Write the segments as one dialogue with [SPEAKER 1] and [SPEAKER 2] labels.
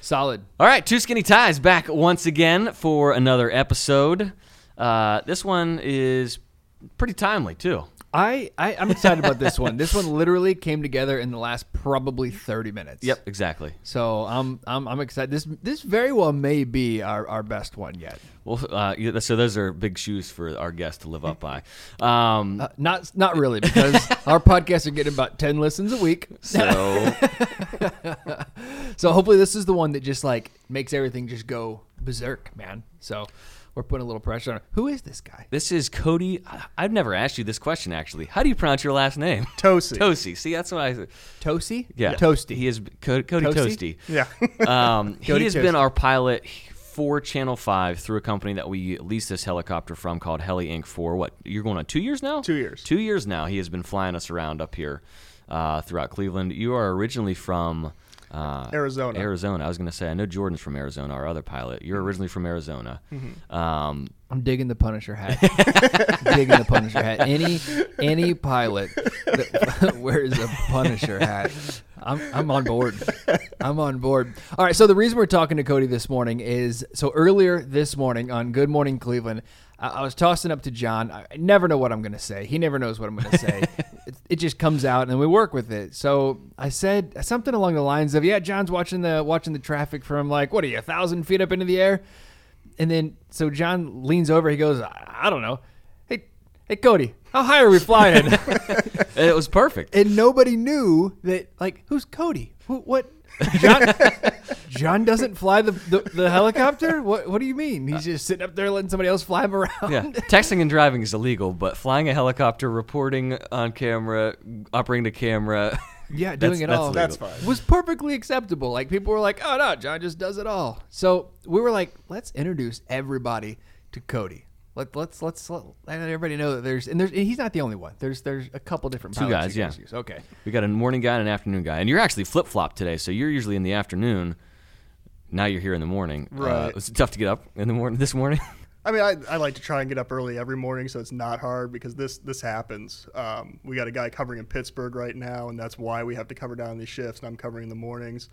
[SPEAKER 1] Solid.
[SPEAKER 2] All right, Two Skinny Ties back once again for another episode. Uh, this one is pretty timely, too.
[SPEAKER 1] I, I I'm excited about this one. This one literally came together in the last probably 30 minutes.
[SPEAKER 2] Yep, exactly.
[SPEAKER 1] So I'm I'm I'm excited. This this very well may be our, our best one yet.
[SPEAKER 2] Well, uh, yeah, so those are big shoes for our guest to live up by. Um,
[SPEAKER 1] Uh, not not really because our podcasts are getting about 10 listens a week.
[SPEAKER 2] so
[SPEAKER 1] So hopefully this is the one that just like makes everything just go berserk, man. So we're putting a little pressure on. Who is this guy?
[SPEAKER 2] this is Cody. I- I've never asked you this question actually. How do you pronounce your last name?
[SPEAKER 3] Tosi.
[SPEAKER 2] Toasty. See, that's what I.
[SPEAKER 1] Toasty?
[SPEAKER 2] Yeah,
[SPEAKER 1] Toasty.
[SPEAKER 2] He is Co- Cody
[SPEAKER 1] Toasty?
[SPEAKER 2] Toasty.
[SPEAKER 3] Yeah.
[SPEAKER 2] Um, he
[SPEAKER 3] Cody
[SPEAKER 2] has
[SPEAKER 3] Toasty.
[SPEAKER 2] been our pilot for Channel Five through a company that we lease this helicopter from called Heli Inc. For what you're going on two years now?
[SPEAKER 3] Two years.
[SPEAKER 2] Two years now. He has been flying us around up here uh, throughout Cleveland. You are originally from. Uh,
[SPEAKER 3] Arizona. Mm-hmm.
[SPEAKER 2] Arizona. I was going to say, I know Jordan's from Arizona, our other pilot. You're originally from Arizona. Um,
[SPEAKER 1] I'm digging the Punisher hat. digging the Punisher hat. Any any pilot that wears a Punisher hat, I'm I'm on board. I'm on board. All right. So the reason we're talking to Cody this morning is so earlier this morning on Good Morning Cleveland, I, I was tossing up to John. I I never know what I'm going to say. He never knows what I'm going to say. it, it just comes out, and we work with it. So I said something along the lines of, "Yeah, John's watching the watching the traffic from like what are you a thousand feet up into the air." And then so John leans over. He goes, I, I don't know. Hey, hey, Cody, how high are we flying?
[SPEAKER 2] it was perfect.
[SPEAKER 1] and nobody knew that. Like, who's Cody? Who, what? John, John doesn't fly the, the, the helicopter. What What do you mean? He's just sitting up there letting somebody else fly him around.
[SPEAKER 2] yeah, texting and driving is illegal, but flying a helicopter, reporting on camera, operating the camera.
[SPEAKER 1] Yeah,
[SPEAKER 2] That's-
[SPEAKER 1] doing it
[SPEAKER 2] that's
[SPEAKER 1] all.
[SPEAKER 2] illegal.
[SPEAKER 3] That's fine.
[SPEAKER 1] was perfectly acceptable. Like people were like, "Oh no, John just does it all." So we were like, "Let's introduce everybody to Cody." Let, let's let's let everybody know that there's and there's and he's not the only one. There's there's a couple different
[SPEAKER 2] Two
[SPEAKER 1] pilots
[SPEAKER 2] guys,
[SPEAKER 1] you
[SPEAKER 2] yeah.
[SPEAKER 1] guys use. Okay,
[SPEAKER 2] We got a morning guy and an afternoon guy, and you're actually flip flop today, so you're usually in the afternoon. Now you're here in the morning. Uh,
[SPEAKER 3] Right.
[SPEAKER 2] was it tough to get up in the morning this morning?
[SPEAKER 3] I mean, I, I like to try and get up early every morning, so it's not hard because this this happens. Um, we got a guy covering in Pittsburgh right now, and that's why we have to cover down these shifts, and I'm covering in the mornings.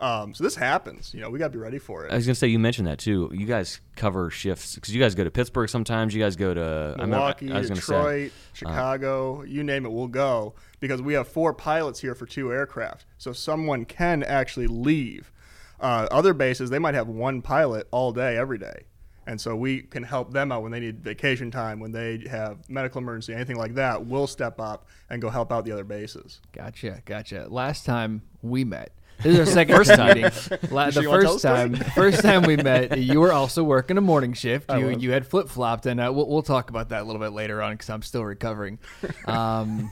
[SPEAKER 3] Um, so this happens. You know, we got to be ready for
[SPEAKER 2] I
[SPEAKER 3] it.
[SPEAKER 2] was gonna say you mentioned that too. You guys cover shifts because you guys go to Pittsburgh sometimes. You guys go to I remember-
[SPEAKER 3] Milwaukee,
[SPEAKER 2] I was gonna say- uh,
[SPEAKER 3] Detroit, Chicago, you name it, we'll go because we have four pilots here for two aircraft. So someone can actually leave. Uh, other bases, they might have one pilot all day, every day. And so we can help them out when they need vacation time, when they have medical emergency, anything like that. We'll step up and go help out the other bases.
[SPEAKER 1] gotcha, gotcha. Last time we met. This is our second first
[SPEAKER 2] time.
[SPEAKER 1] meeting. La- the
[SPEAKER 3] sure you wanna
[SPEAKER 1] first
[SPEAKER 3] tell a
[SPEAKER 1] time,
[SPEAKER 3] story?
[SPEAKER 1] first time we met, you were also working a morning shift. You you had flip flopped, and uh, we'll, we'll talk about that a little bit later on because I'm still recovering. Um,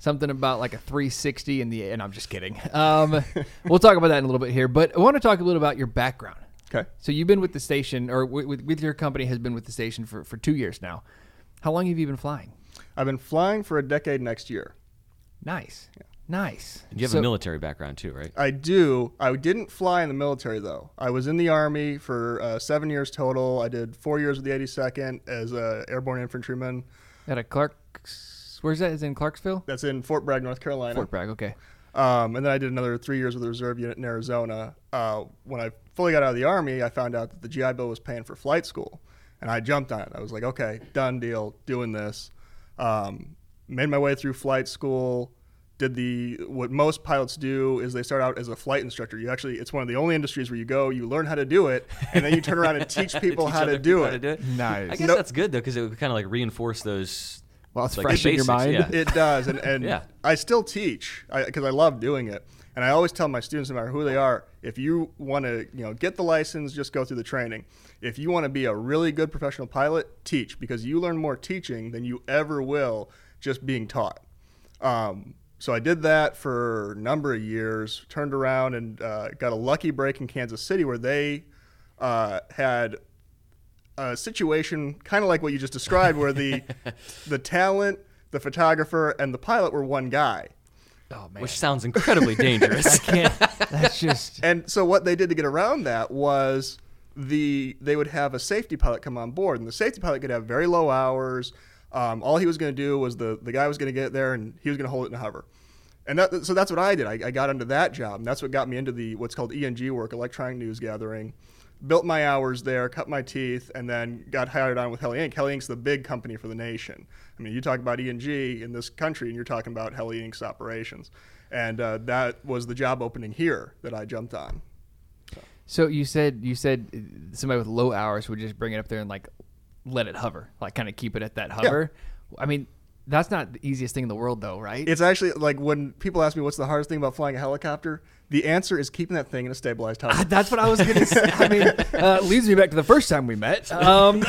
[SPEAKER 1] something about like a 360 in the and I'm just kidding. Um, we'll talk about that in a little bit here, but I want to talk a little about your background.
[SPEAKER 3] Okay.
[SPEAKER 1] So you've been with the station, or with, with, with your company has been with the station for, for two years now. How long have you been flying?
[SPEAKER 3] I've been flying for a decade next year.
[SPEAKER 1] Nice, nice.
[SPEAKER 2] You have
[SPEAKER 1] So-
[SPEAKER 2] a military background too, right?
[SPEAKER 3] I do. I didn't fly in the military though. I was in the army for uh, seven years total. I did four years with the 82nd as a airborne infantryman.
[SPEAKER 1] At a Clark's, where's that? Is it in Clarksville?
[SPEAKER 3] That's in Fort Bragg, North Carolina.
[SPEAKER 1] Fort Bragg. Okay.
[SPEAKER 3] Um, and then I did another three years with the reserve unit in Arizona. Uh, when I fully got out of the army, I found out that the GI Bill was paying for flight school, and I jumped on it. I was like, okay, done deal, doing this. Um, made my way through flight school. Did the what most pilots do is they start out as a flight instructor. You actually, it's one of the only industries where you go, you learn how to do it, and then you turn around and teach people
[SPEAKER 2] Teach
[SPEAKER 3] how,
[SPEAKER 2] other
[SPEAKER 3] to
[SPEAKER 2] people
[SPEAKER 3] do
[SPEAKER 2] how
[SPEAKER 3] it.
[SPEAKER 1] Nice.
[SPEAKER 2] I guess
[SPEAKER 3] Nope.
[SPEAKER 2] that's good though because it would kind of like reinforce those.
[SPEAKER 1] Well, it's
[SPEAKER 2] like,
[SPEAKER 1] fresh in your
[SPEAKER 2] basics,
[SPEAKER 1] mind.
[SPEAKER 2] yeah.
[SPEAKER 3] It does, and and
[SPEAKER 2] Yeah.
[SPEAKER 3] I still teach because I, love doing it. And I always tell my students, no matter who they are, if you want to, you know, get the license, just go through the training. If you want to be a really good professional pilot, teach because you learn more teaching than you ever will just being taught. Um, so I did that for a number of years. Turned around and uh, got a lucky break in Kansas City where they uh, had a situation kind of like what you just described, where the the talent, the photographer, and the pilot were one guy.
[SPEAKER 1] Oh man,
[SPEAKER 2] Which sounds incredibly dangerous.
[SPEAKER 1] that's just
[SPEAKER 3] And so what they did to get around that was the they would have a safety pilot come on board, and the safety pilot could have very low hours. Um, all he was going to do was the the guy was going to get there and he was going to hold it in a hover. And that, so that's what I did. I, I got into that job, and that's what got me into the what's called ENG work, electronic news gathering. Built my hours there, cut my teeth, and then got hired on with Heli Inc. Heli Inc.'s the big company for the nation. I mean, you talk about ENG in this country, and you're talking about Heli Inc.'s operations. And uh, that was the job opening here that I jumped on.
[SPEAKER 1] So you said you said somebody with low hours would just bring it up there and like let it hover, like kind of keep it at that hover. I mean, that's not the easiest thing in the world, though, right?
[SPEAKER 3] It's actually like when people ask me what's the hardest thing about flying a helicopter, the answer is keeping that thing in a stabilized hover.
[SPEAKER 1] that's what I was gonna. say. I mean, uh, leads me back to the first time we met. Um,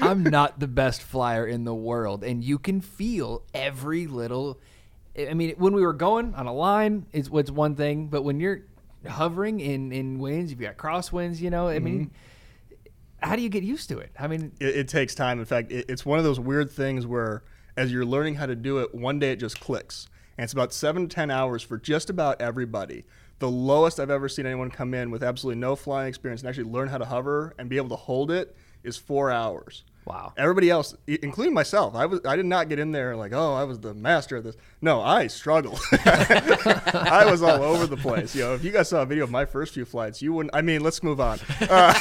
[SPEAKER 1] I'm not the best flyer in the world, and you can feel every little. I mean, when we were going on a line, it's what's one thing, but when you're hovering in in winds, you've got crosswinds. You know, I mean, how do you get used to it? I mean,
[SPEAKER 3] it, it takes time. In fact, it, it's one of those weird things where, as you're learning how to do it, one day it just clicks. And it's about seven to 10 hours for just about everybody. The lowest I've ever seen anyone come in with absolutely no flying experience and actually learn how to hover and be able to hold it is four hours.
[SPEAKER 1] Wow.
[SPEAKER 3] Everybody else, i- including myself, I was I did not get in there like, oh, I was the master of this. No, I struggled. I was all over the place. You know, if you guys saw a video of my first few flights, you wouldn't. I mean, let's move on. Uh,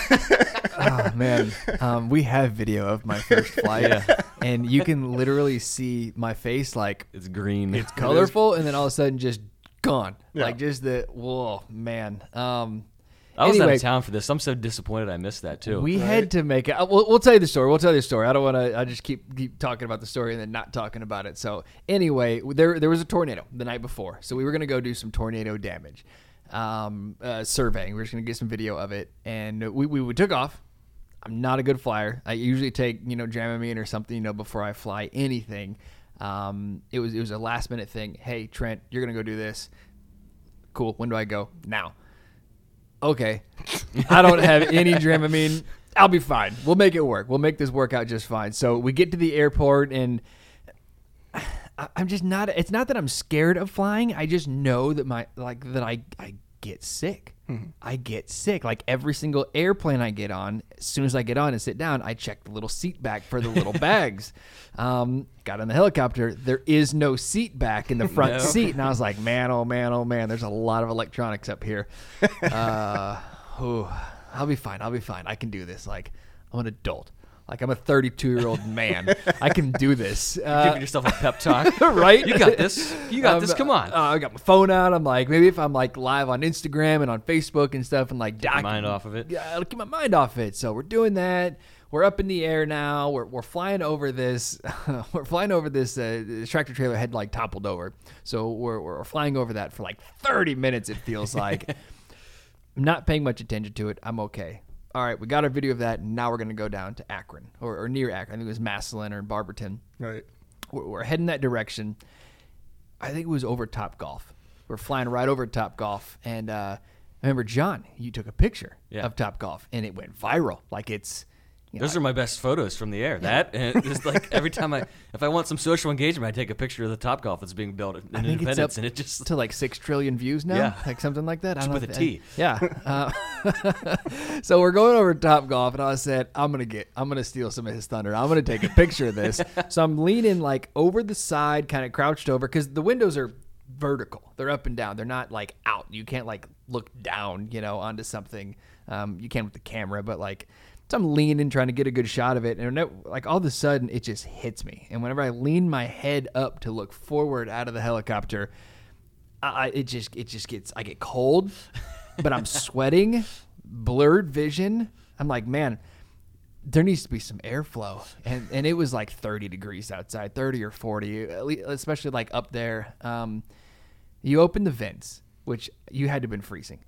[SPEAKER 1] oh man, um, we have video of my first flight, and you can literally see my face like
[SPEAKER 2] It's green.
[SPEAKER 1] it's colorful, and then all of a sudden just gone,
[SPEAKER 3] Yeah.
[SPEAKER 1] like just the whoa man. Um,
[SPEAKER 2] I was out
[SPEAKER 1] anyway,
[SPEAKER 2] of town for this. I'm so disappointed I missed that too.
[SPEAKER 1] We had to make it. uh, We'll, we'll tell you the story. We'll tell you the story. I don't want to. I just keep keep talking about the story and then not talking about it. So anyway, there there was a tornado the night before, so we were gonna go do some tornado damage um, uh, surveying. We were just gonna get some video of it, and we we, we took off. I'm not a good flyer. I usually take you know Dramamine or something you know before I fly anything. Um, it was it was a last minute thing. Hey Trent, you're gonna go do this. Cool. When do I go? Now okay, I don't have any Dramamine. I'll be fine. We'll make it work. We'll make this work out just fine. So we get to the airport, and I- I'm just not. It's not that I'm scared of flying. I just know that my like that I I get sick. I get sick. Like every single airplane I get on, as soon as I get on and sit down, I check the little seat back for the little bags. Um, got on the helicopter. There is no seat back in the front
[SPEAKER 2] No.
[SPEAKER 1] seat, and I was like, man, oh man, oh man. There's a lot of electronics up here. Uh, oh, I'll be fine. I'll be fine. I can do this. Like I'm an adult. Like I'm a 32 year old man. I can do this. Uh,
[SPEAKER 2] Giving yourself a pep talk,
[SPEAKER 1] Right?
[SPEAKER 2] You got this. You got
[SPEAKER 1] um,
[SPEAKER 2] this. Come on.
[SPEAKER 1] uh, I got my phone out. I'm like, maybe if I'm like live on Instagram and on Facebook and stuff, and like, doc-
[SPEAKER 2] mind off of it.
[SPEAKER 1] Yeah, I'll keep my mind off it. So we're doing that. We're up in the air now. We're, we're flying over this. we're flying over this. Uh, this tractor trailer had like toppled over. So we're, we're flying over that for like 30 minutes. It feels like. I'm not paying much attention to it. I'm okay. All right, we got our video of that. And now we're going to go down to Akron or, or near Akron. I think it was Massillon or Barberton
[SPEAKER 3] right.
[SPEAKER 1] we're, we're heading that direction. I think it was over Top Golf. We're flying right over Top Golf, and uh, I remember John, you took a picture
[SPEAKER 2] Yeah.
[SPEAKER 1] of Top Golf, and it went viral. Like it's, you know,
[SPEAKER 2] Those are my best photos from the air. That and just like every time I, if I want some social engagement, I take a picture of the top golf that's being built in
[SPEAKER 1] I think it's up
[SPEAKER 2] Independence, and it just
[SPEAKER 1] to like six trillion views now,
[SPEAKER 2] Yeah.
[SPEAKER 1] like something like that. I don't know
[SPEAKER 2] with
[SPEAKER 1] if
[SPEAKER 2] a
[SPEAKER 1] that-
[SPEAKER 2] T.
[SPEAKER 1] Yeah. Uh, so we're going over Top Golf, and I said, "I'm gonna get, I'm gonna steal some of his thunder. I'm gonna take a picture of this." so I'm leaning like over the side, kind of crouched over, because the windows are vertical. They're up and down. They're not like out. You can't like look down, you know, onto something. Um, you can with the camera, but like. So I'm leaning, trying to get a good shot of it, and it- like all of a sudden, it just hits me. And whenever I lean my head up to look forward out of the helicopter, I, I- it just it just gets I get cold, but I'm sweating, blurred vision. I'm like, man, there needs to be some airflow, and and it was like 30 degrees outside, 30 or 40, at least, especially like up there. Um, you open the vents, which you had to have been freezing.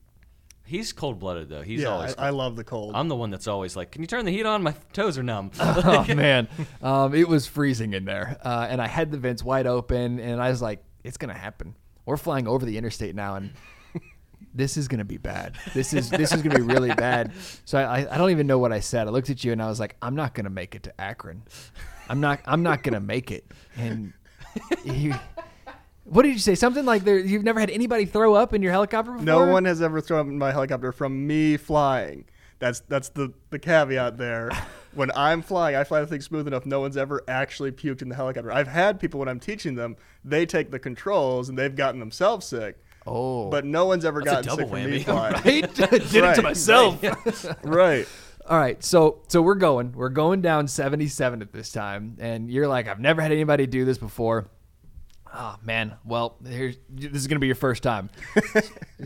[SPEAKER 2] he's cold blooded though. He's
[SPEAKER 3] yeah,
[SPEAKER 2] always.
[SPEAKER 3] I, I love the cold.
[SPEAKER 2] I'm the one that's always like, "Can you turn the heat on? My toes are numb."
[SPEAKER 1] oh man, um, it was freezing in there, uh, and I had the vents wide open, and I was like, "It's gonna happen. We're flying over the interstate now, and this is gonna be bad. This is this is gonna be really bad." So I, I, I don't even know what I said. I looked at you, and I was like, "I'm not gonna make it to Akron. I'm not I'm not gonna make it." And you, what did you say? Something like there, you've never had anybody throw up in your helicopter before.
[SPEAKER 3] No one has ever thrown up in my helicopter from me flying. That's that's the, the caveat there. when I'm flying, I fly the thing smooth enough. No one's ever actually puked in the helicopter. I've had people when I'm teaching them, they take the controls and they've gotten themselves sick.
[SPEAKER 1] Oh.
[SPEAKER 3] But no one's ever
[SPEAKER 2] That's a
[SPEAKER 3] gotten sick
[SPEAKER 2] double
[SPEAKER 3] from
[SPEAKER 2] whammy.
[SPEAKER 3] me flying.
[SPEAKER 1] Did it to
[SPEAKER 3] Right.
[SPEAKER 1] myself.
[SPEAKER 3] right.
[SPEAKER 1] All right, so so we're going, we're going down 77 at this time, and you're like, I've never had anybody do this before. Oh man, well, here's this is gonna be your first time.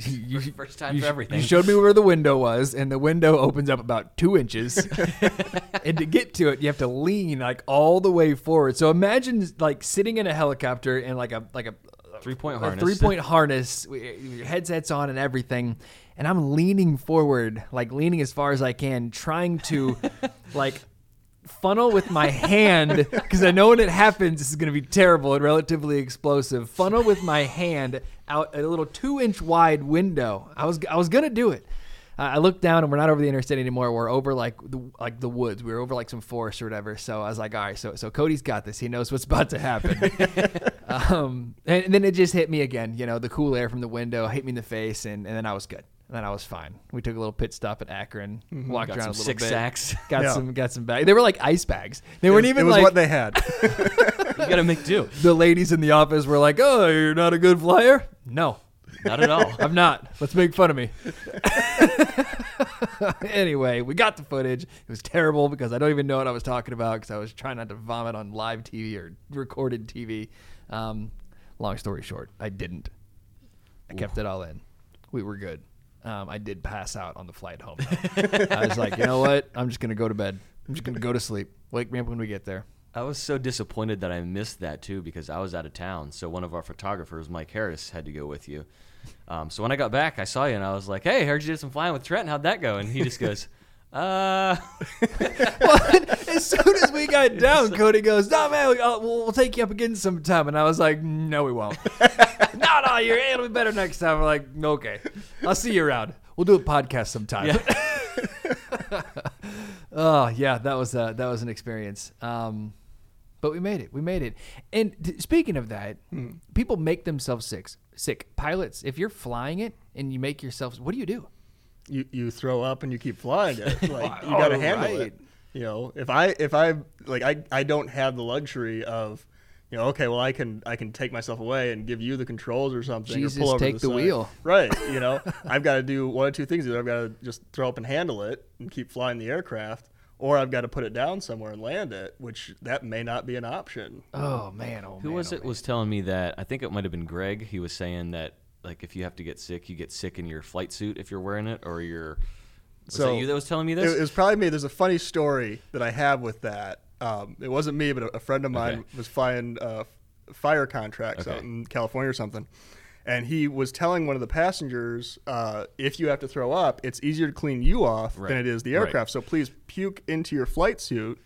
[SPEAKER 1] you,
[SPEAKER 2] First time
[SPEAKER 1] you
[SPEAKER 2] for
[SPEAKER 1] sh-
[SPEAKER 2] everything.
[SPEAKER 1] You showed me where the window was, and the window opens up about two inches, and to get to it, you have to lean like all the way forward. So imagine like sitting in a helicopter and like a like a
[SPEAKER 2] Three point
[SPEAKER 1] a
[SPEAKER 2] harness.
[SPEAKER 1] three point harness, w- your headsets on and everything, and I'm leaning forward, like leaning as far as I can, trying to like funnel with my hand because I know when it happens, this is going to be terrible and relatively explosive. Funnel with my hand out a little two inch wide window. I was I was gonna do it. I I looked down and we're not over the interstate anymore. We're over like the, like the woods. We were over like some forest or whatever. So I was like, all right, so so Cody's got this. He knows what's about to happen. um, and, and then it just hit me again. You know, the cool air from the window hit me in the face, and, and then I was good. And then I was fine. We took a little pit stop at Akron,
[SPEAKER 3] Mm-hmm.
[SPEAKER 1] walked
[SPEAKER 2] Got
[SPEAKER 1] around
[SPEAKER 2] some
[SPEAKER 1] a little
[SPEAKER 2] six
[SPEAKER 1] bit,
[SPEAKER 2] sacks.
[SPEAKER 1] got
[SPEAKER 3] Yeah.
[SPEAKER 1] some got some bags. They were like ice bags. They
[SPEAKER 3] It was,
[SPEAKER 1] weren't even
[SPEAKER 3] it was
[SPEAKER 1] like
[SPEAKER 3] what they had.
[SPEAKER 2] you gotta make do.
[SPEAKER 1] the ladies in the office were like, "Oh, you're not a good flyer." No,
[SPEAKER 2] Not at all.
[SPEAKER 1] I'm not. Let's make fun of me. anyway, we got the footage. It was terrible because I don't even know what I was talking about because I was trying not to vomit on live TV or recorded TV. Um, long story short, I didn't. I kept it all in. We were good. Um, I did pass out on the flight home. though. I was like, you know what? I'm just gonna go to bed. I'm just gonna go to sleep. Wake me up when we get there.
[SPEAKER 2] I was so disappointed that I missed that too because I was out of town. So one of our photographers, Mike Harris, had to go with you. Um, so when I got back, I saw you and I was like, "Hey, heard you did some flying with Trent. How'd that go?" And he just goes, "Uh,
[SPEAKER 1] as soon as we got down, Cody goes, "No, man, we, uh, we'll, we'll take you up again sometime." And I was like, "No, we won't. no, no, you're, it'll be better next time." We're like, "Okay, I'll see you around. We'll do a podcast sometime." oh yeah, that was uh, that was an experience. Um, but we made it. We made it. And t- speaking of that, people make themselves sick. Sick pilots. If you're flying it and you make yourself, what do you do?
[SPEAKER 3] you you throw up and you keep flying it. Like you
[SPEAKER 1] Oh,
[SPEAKER 3] got to handle
[SPEAKER 1] Alright.
[SPEAKER 3] it. You know, if I if I like I I don't have the luxury of you know, okay, well I can I can take myself away and give you the controls or something.
[SPEAKER 1] Jesus,
[SPEAKER 3] or pull over to
[SPEAKER 1] take the
[SPEAKER 3] side.
[SPEAKER 1] wheel.
[SPEAKER 3] Right. You know, I've got to do one of two things. Either I've got to just throw up and handle it and keep flying the aircraft, or I've got to put it down somewhere and land it, which that may not be an option.
[SPEAKER 1] Oh man, oh
[SPEAKER 2] who
[SPEAKER 1] man,
[SPEAKER 2] was
[SPEAKER 1] oh,
[SPEAKER 2] it?" Was telling me that I think it might have been Greg. He was saying that like if you have to get sick, you get sick in your flight suit if you're wearing it, or your. Was
[SPEAKER 3] So,
[SPEAKER 2] that you that was telling me
[SPEAKER 3] It,
[SPEAKER 2] this?
[SPEAKER 3] it was probably me. There's a funny story that I have with that. Um, it wasn't me, but a, a friend of mine
[SPEAKER 2] Okay.
[SPEAKER 3] was flying uh, fire contracts out
[SPEAKER 2] Okay.
[SPEAKER 3] in California or something, and he was telling one of the passengers, uh, "If you have to throw up, it's easier to clean you off
[SPEAKER 2] Right.
[SPEAKER 3] than it is the
[SPEAKER 2] Right.
[SPEAKER 3] aircraft. So please puke into your flight suit,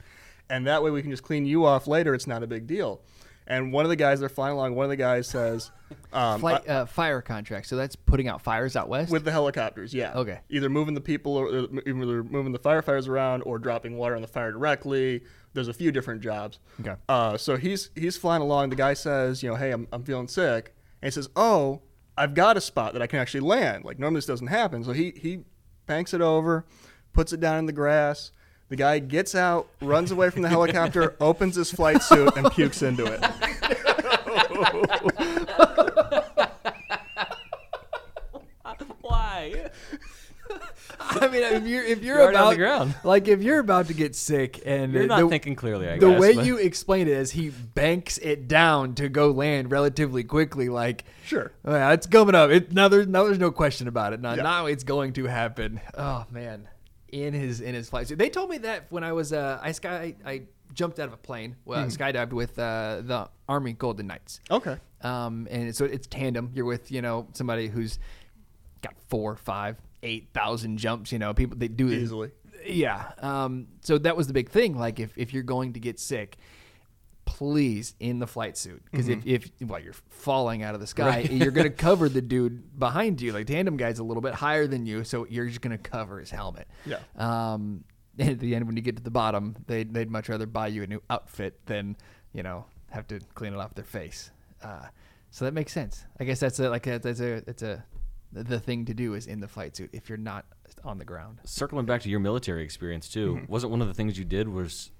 [SPEAKER 3] and that way we can just clean you off later. It's not a big deal." And one of the guys they're flying along, one of the guys says, um,
[SPEAKER 1] Flight, uh, fire contract. So that's putting out fires out west.
[SPEAKER 3] with the helicopters, yeah.
[SPEAKER 1] Okay.
[SPEAKER 3] Either moving the people, or or either moving the firefighters around, or dropping water on the fire directly. There's a few different jobs.
[SPEAKER 1] Okay.
[SPEAKER 3] Uh, so he's he's flying along. The guy says, you know, hey, I'm, I'm feeling sick, and he says, oh, I've got a spot that I can actually land. Like normally this doesn't happen. So he he banks it over, puts it down in the grass. The guy gets out, runs away from the helicopter, opens his flight suit, and pukes into it.
[SPEAKER 2] Why?
[SPEAKER 1] I mean, if you're if you're,
[SPEAKER 2] You're already
[SPEAKER 1] about
[SPEAKER 2] on the ground.
[SPEAKER 1] like if you're about to get sick and
[SPEAKER 2] You're
[SPEAKER 1] uh,
[SPEAKER 2] not
[SPEAKER 1] the,
[SPEAKER 2] thinking clearly. I
[SPEAKER 1] the
[SPEAKER 2] guess,
[SPEAKER 1] way
[SPEAKER 2] but-
[SPEAKER 1] you explained it is he banks it down to go land relatively quickly. Like
[SPEAKER 3] Sure.
[SPEAKER 1] "Oh, yeah, it's coming up. It now there's now there's no question about it. Now
[SPEAKER 3] Yeah.
[SPEAKER 1] now it's going to happen. Oh man, in his in his flight suit. They told me that when I was uh I sky I jumped out of a plane. Well,
[SPEAKER 2] Hmm.
[SPEAKER 1] skydived with uh, the Army Golden Knights.
[SPEAKER 3] Okay.
[SPEAKER 1] Um, and so it's tandem. You're with you know somebody who's got four, five, eight thousand jumps. You know, people they do it
[SPEAKER 3] Easily.
[SPEAKER 1] Yeah. Um, so that was the big thing. Like if if you're going to get sick. Please in the flight suit because if, if while you're falling out of the sky, you're gonna cover the dude behind you. Like tandem guy's a little bit higher than you, so you're just gonna cover his helmet.
[SPEAKER 3] Yeah.
[SPEAKER 1] Um, at the end, when you get to the bottom, they'd, they'd much rather buy you a new outfit than, you know, have to clean it off their face. Uh, so that makes sense. I guess that's a, like a, that's a, that's a the- the thing to do is in the flight suit if you're not on the ground.
[SPEAKER 2] Circling back to your military experience too, wasn't one of the things you did was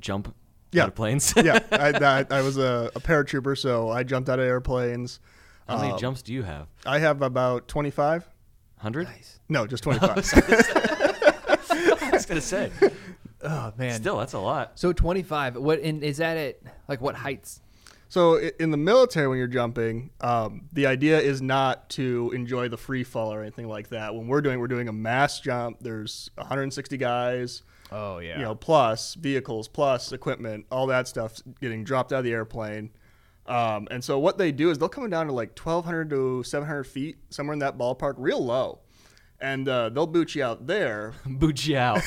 [SPEAKER 2] jump
[SPEAKER 3] Yeah.
[SPEAKER 2] out of planes?
[SPEAKER 3] yeah, I, I, I was a, a paratrooper, so I jumped out of airplanes.
[SPEAKER 2] How many jumps do you have?
[SPEAKER 3] I have about 25.
[SPEAKER 2] Hundred?
[SPEAKER 3] No, just 25.
[SPEAKER 2] I was gonna say.
[SPEAKER 1] Oh man.
[SPEAKER 2] Still, that's a lot.
[SPEAKER 1] So 25. What and is that at like what heights?
[SPEAKER 3] so i- in the military, when you're jumping, um, the idea is not to enjoy the free fall or anything like that. When we're doing, we're doing a mass jump. There's 160 guys.
[SPEAKER 1] Oh yeah.
[SPEAKER 3] you know, plus vehicles, plus equipment, all that stuff getting dropped out of the airplane. Um, and so what they do is they'll come down to like 1,200 to 700 feet, somewhere in that ballpark, real low. And uh, they'll boot you out there.
[SPEAKER 2] Boot you out.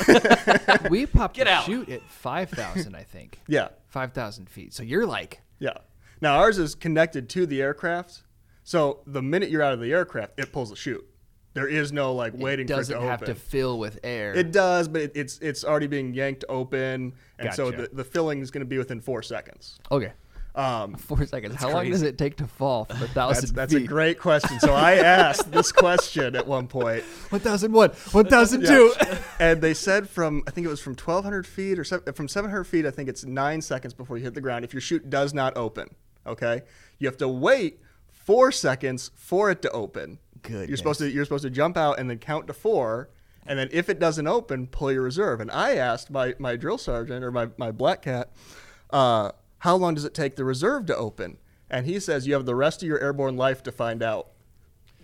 [SPEAKER 1] we popped
[SPEAKER 2] Get
[SPEAKER 1] the
[SPEAKER 2] out.
[SPEAKER 1] chute at 5,000, I think.
[SPEAKER 3] Yeah,
[SPEAKER 1] 5,000 feet. So you're like,
[SPEAKER 3] yeah. Now ours is connected to the aircraft, so the minute you're out of the aircraft, it pulls the chute. There is no like waiting
[SPEAKER 1] it doesn't
[SPEAKER 3] for it to
[SPEAKER 1] have
[SPEAKER 3] open.
[SPEAKER 1] to fill with air.
[SPEAKER 3] it does, but it, it's it's already being yanked open, and so
[SPEAKER 1] Gotcha.
[SPEAKER 3] the, the filling is going to be within four seconds.
[SPEAKER 1] okay.
[SPEAKER 3] Um,
[SPEAKER 1] Four seconds. How long does it take to fall from a
[SPEAKER 3] That's,
[SPEAKER 1] thousand
[SPEAKER 3] that's a
[SPEAKER 1] feet?
[SPEAKER 3] great question. So I asked this question at one point.
[SPEAKER 1] 1,001,
[SPEAKER 3] Yeah.
[SPEAKER 1] 1,002.
[SPEAKER 3] And they said from, I think it was from 1,200 feet or seven, from 700 feet, I think it's nine seconds before you hit the ground if your chute does not open. Okay. You have to wait four seconds for it to open.
[SPEAKER 1] Goodness.
[SPEAKER 3] You're supposed to, you're supposed to jump out and then count to four. And then if it doesn't open, pull your reserve. And I asked my, my drill sergeant or my, my black cat, uh, how long does it take the reserve to open? And he says, you have the rest of your airborne life to find out.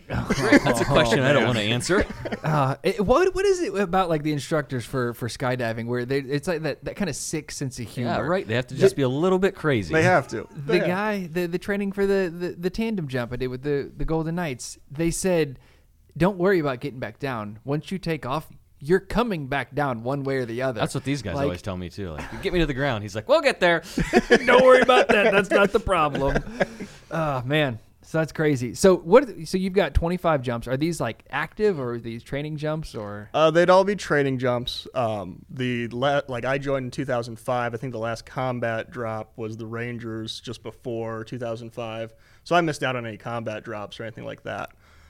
[SPEAKER 2] that's a question I don't want to answer.
[SPEAKER 1] Uh, it- what what is it about like the instructors for for skydiving where they it's like that, that kind of sick sense of humor?
[SPEAKER 2] Yeah, right. They have to just be a little bit crazy.
[SPEAKER 3] They have to.
[SPEAKER 1] The
[SPEAKER 3] They have
[SPEAKER 1] guy the the training for the, the the tandem jump I did with the the Golden Knights. They said, "Don't worry about getting back down. Once you take off, you're coming back down one way or the other."
[SPEAKER 2] That's what these guys
[SPEAKER 1] Like,
[SPEAKER 2] always tell me too. Like, get me to the ground. He's like, we'll get there.
[SPEAKER 1] Don't worry about that. That's not the problem. oh man. So that's crazy. So what? So you've got 25 jumps. Are these like active or are these training jumps or?
[SPEAKER 3] Uh, they'd all be training jumps. Um, the la- like I joined in 2005. I think the last combat drop was the Rangers just before 2005. So I missed out on any combat drops or anything like that.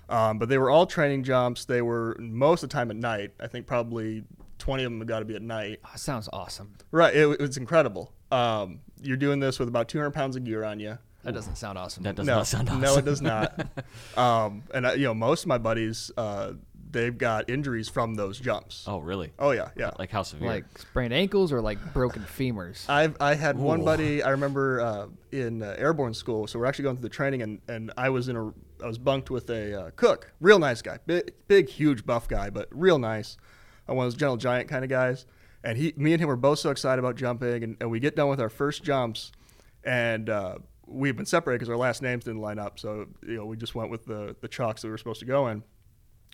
[SPEAKER 3] Um, but they were all training jumps. They were most of the time at night. I think probably 20 of them got to be at night.
[SPEAKER 1] Oh, sounds awesome.
[SPEAKER 3] Right. It, it was incredible. Um, you're doing this with about 200 pounds of gear on you.
[SPEAKER 1] That doesn't sound awesome.
[SPEAKER 2] That does
[SPEAKER 3] no,
[SPEAKER 2] not sound awesome.
[SPEAKER 3] no, it does not. um, and I, you know, most of my buddies, uh, they've got injuries from those jumps.
[SPEAKER 2] Oh, really?
[SPEAKER 3] Oh yeah, yeah.
[SPEAKER 2] Like how severe?
[SPEAKER 1] like sprained ankles or like broken
[SPEAKER 2] Uh,
[SPEAKER 1] femurs.
[SPEAKER 3] I've I had one buddy I remember uh, in uh, airborne school. So we're actually going through the training, and, and I was in a I was bunked with a uh, cook, real nice guy, big, big huge buff guy, but real nice, uh, one of those gentle giant kind of guys. And he, me and him were both so excited about jumping, and, and we get done with our first jumps, and uh, we've been separated because our last names didn't line up. So you know we just went with the the chalks that we were supposed to go in.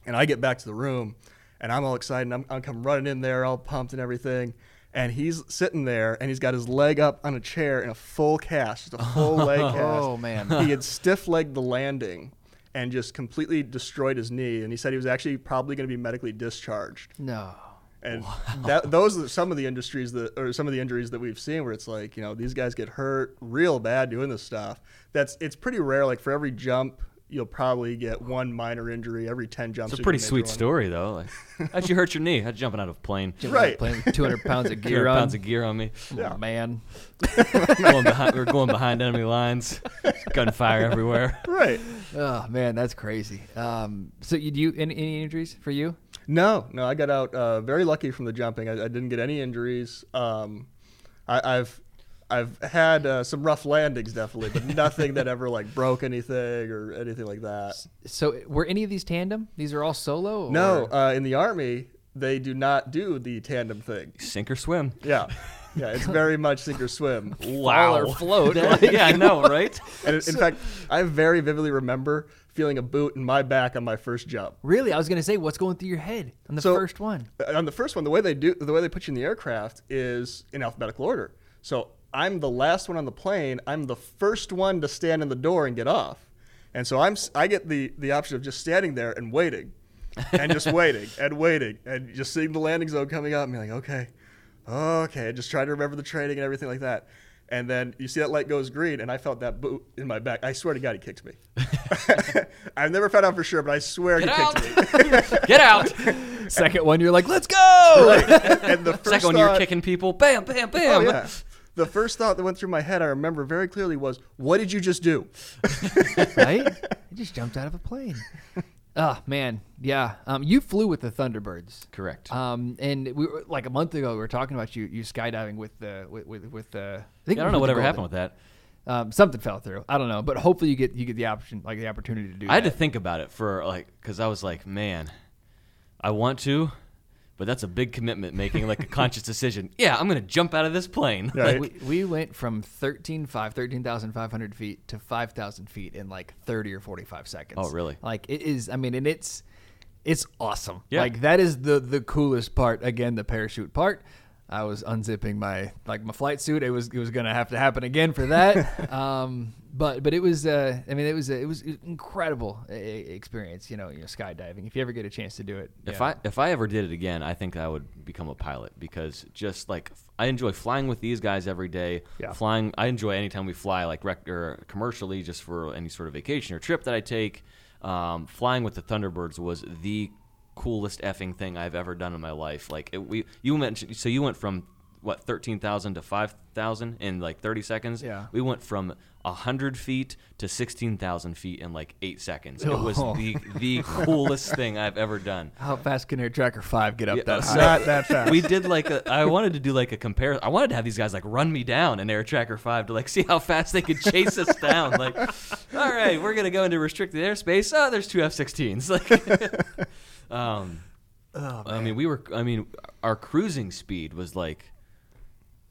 [SPEAKER 3] And I get back to the room, and I'm all excited. And I'm, I'm come running in there, all pumped and everything. And he's sitting there, and he's got his leg up on a chair in a full cast, just a full leg cast.
[SPEAKER 1] Oh, man.
[SPEAKER 3] He had stiff legged the landing, and just completely destroyed his knee. And he said he was actually probably going to be medically discharged.
[SPEAKER 1] No.
[SPEAKER 3] And that, those are some of the industries that, or some of the injuries that we've seen, where it's like, you know, these guys get hurt real bad doing this stuff. That's it's pretty rare. Like for every jump, you'll probably get one minor injury every ten jumps.
[SPEAKER 2] It's a
[SPEAKER 3] you
[SPEAKER 2] pretty
[SPEAKER 3] can make
[SPEAKER 2] sweet
[SPEAKER 3] one.
[SPEAKER 2] story though. Like, how'd you hurt your knee? How'd you jumping out of a plane?
[SPEAKER 3] Right.
[SPEAKER 1] Playing with 200 pounds of
[SPEAKER 2] 200
[SPEAKER 1] gear on.
[SPEAKER 2] pounds of gear on me.
[SPEAKER 1] Oh, man.
[SPEAKER 2] going behind, we're going behind enemy lines. Gunfire everywhere.
[SPEAKER 3] Right.
[SPEAKER 1] Oh man, that's crazy. Um, so you do you, any, any injuries for you?
[SPEAKER 3] No, no, I got out uh, very lucky from the jumping. I, I didn't get any injuries. Um, I, I've I've had uh, some rough landings definitely, but nothing that ever like broke anything or anything like that.
[SPEAKER 1] So were any of these tandem? These are all solo? Or?
[SPEAKER 3] No, uh, in the army they do not do the tandem thing.
[SPEAKER 2] Sink or swim.
[SPEAKER 3] Yeah, yeah, it's very much sink or swim.
[SPEAKER 1] Fall or float. Like,
[SPEAKER 2] yeah, I know, right?
[SPEAKER 3] And in fact, I very vividly remember feeling a boot in my back on my first jump.
[SPEAKER 1] really, I was gonna say, what's going through your head on the
[SPEAKER 3] So-
[SPEAKER 1] first one?
[SPEAKER 3] on the first one, the way they do the way they put you in the aircraft is in alphabetical order. So I'm the last one on the plane. I'm the first one to stand in the door and get off. And so I'm s- I get the the option of just standing there and waiting, and just waiting and waiting and just seeing the landing zone coming up and being like, okay, okay, and just trying to remember the training and everything like that. And then you see that light goes green, and I felt that boot in my back. I swear to God, he kicked me. I've never found out for sure, but I swear
[SPEAKER 2] Get
[SPEAKER 3] he
[SPEAKER 2] out!
[SPEAKER 3] kicked me.
[SPEAKER 2] Get out!
[SPEAKER 1] Second one, you're like, let's go.
[SPEAKER 3] And the first
[SPEAKER 2] Second one, you're
[SPEAKER 3] thought-
[SPEAKER 2] kicking people. Bam, bam,
[SPEAKER 3] Oh,
[SPEAKER 2] bam.
[SPEAKER 3] yeah. The first thought that went through my head, I remember very clearly, was, "What did you just do?"
[SPEAKER 1] right? I just jumped out of a plane. Oh man, yeah. Um, you flew with the Thunderbirds.
[SPEAKER 2] Correct.
[SPEAKER 1] Um, and we were, like a month ago, we were talking about you you skydiving with the with with, with the. I, think
[SPEAKER 2] Yeah, I don't know whatever happened with that.
[SPEAKER 1] that. Um, something fell through. I don't know, but hopefully you get you get the option like the opportunity to do.
[SPEAKER 2] I had to
[SPEAKER 1] that.
[SPEAKER 2] think about it for like, because I was like, man, I want to, but that's a big commitment. Making like a conscious decision. Yeah, I'm gonna jump out of this plane.
[SPEAKER 3] Right.
[SPEAKER 1] Like, we, we went from 13,500 13,500 feet to 5,000 feet in like 30 or 45 seconds.
[SPEAKER 2] Oh, really?
[SPEAKER 1] Like it is, I mean, and it's, it's awesome.
[SPEAKER 2] Yeah.
[SPEAKER 1] Like that is the, the coolest part. Again, the parachute part. I was unzipping my, like my flight suit. It was, it was going to have to happen again for that. um, but, but it was, uh, I mean, it was, a, it was an incredible uh, experience, you know, you know, skydiving. If you ever get a chance to do it.
[SPEAKER 2] If
[SPEAKER 1] yeah.
[SPEAKER 2] I if I ever did it again, I think I would become a pilot because just like f- I enjoy flying with these guys every day.
[SPEAKER 1] Yeah.
[SPEAKER 2] Flying, I enjoy anytime we fly like rec- or commercially, just for any sort of vacation or trip that I take. Um, flying with the Thunderbirds was the coolest effing thing I've ever done in my life. Like it, we, you mentioned, so you went from what thirteen thousand to five thousand in like thirty seconds.
[SPEAKER 1] Yeah.
[SPEAKER 2] we went from hundred feet to sixteen thousand feet in like eight seconds. It was
[SPEAKER 1] Oh.
[SPEAKER 2] the the coolest thing I've ever done.
[SPEAKER 1] how fast can Air Tracker 5 get up
[SPEAKER 2] Yeah,
[SPEAKER 1] that
[SPEAKER 2] so-
[SPEAKER 1] high?
[SPEAKER 3] Not that fast.
[SPEAKER 2] We did like a, I wanted to do like a compare. I wanted to have these guys like run me down in Air Tracker Five to like see how fast they could chase us down. Like, all right, we're gonna go into restricted airspace. Oh, there's two F-16s. Like, um,
[SPEAKER 3] Oh,
[SPEAKER 2] I mean, we were. I mean, our cruising speed was like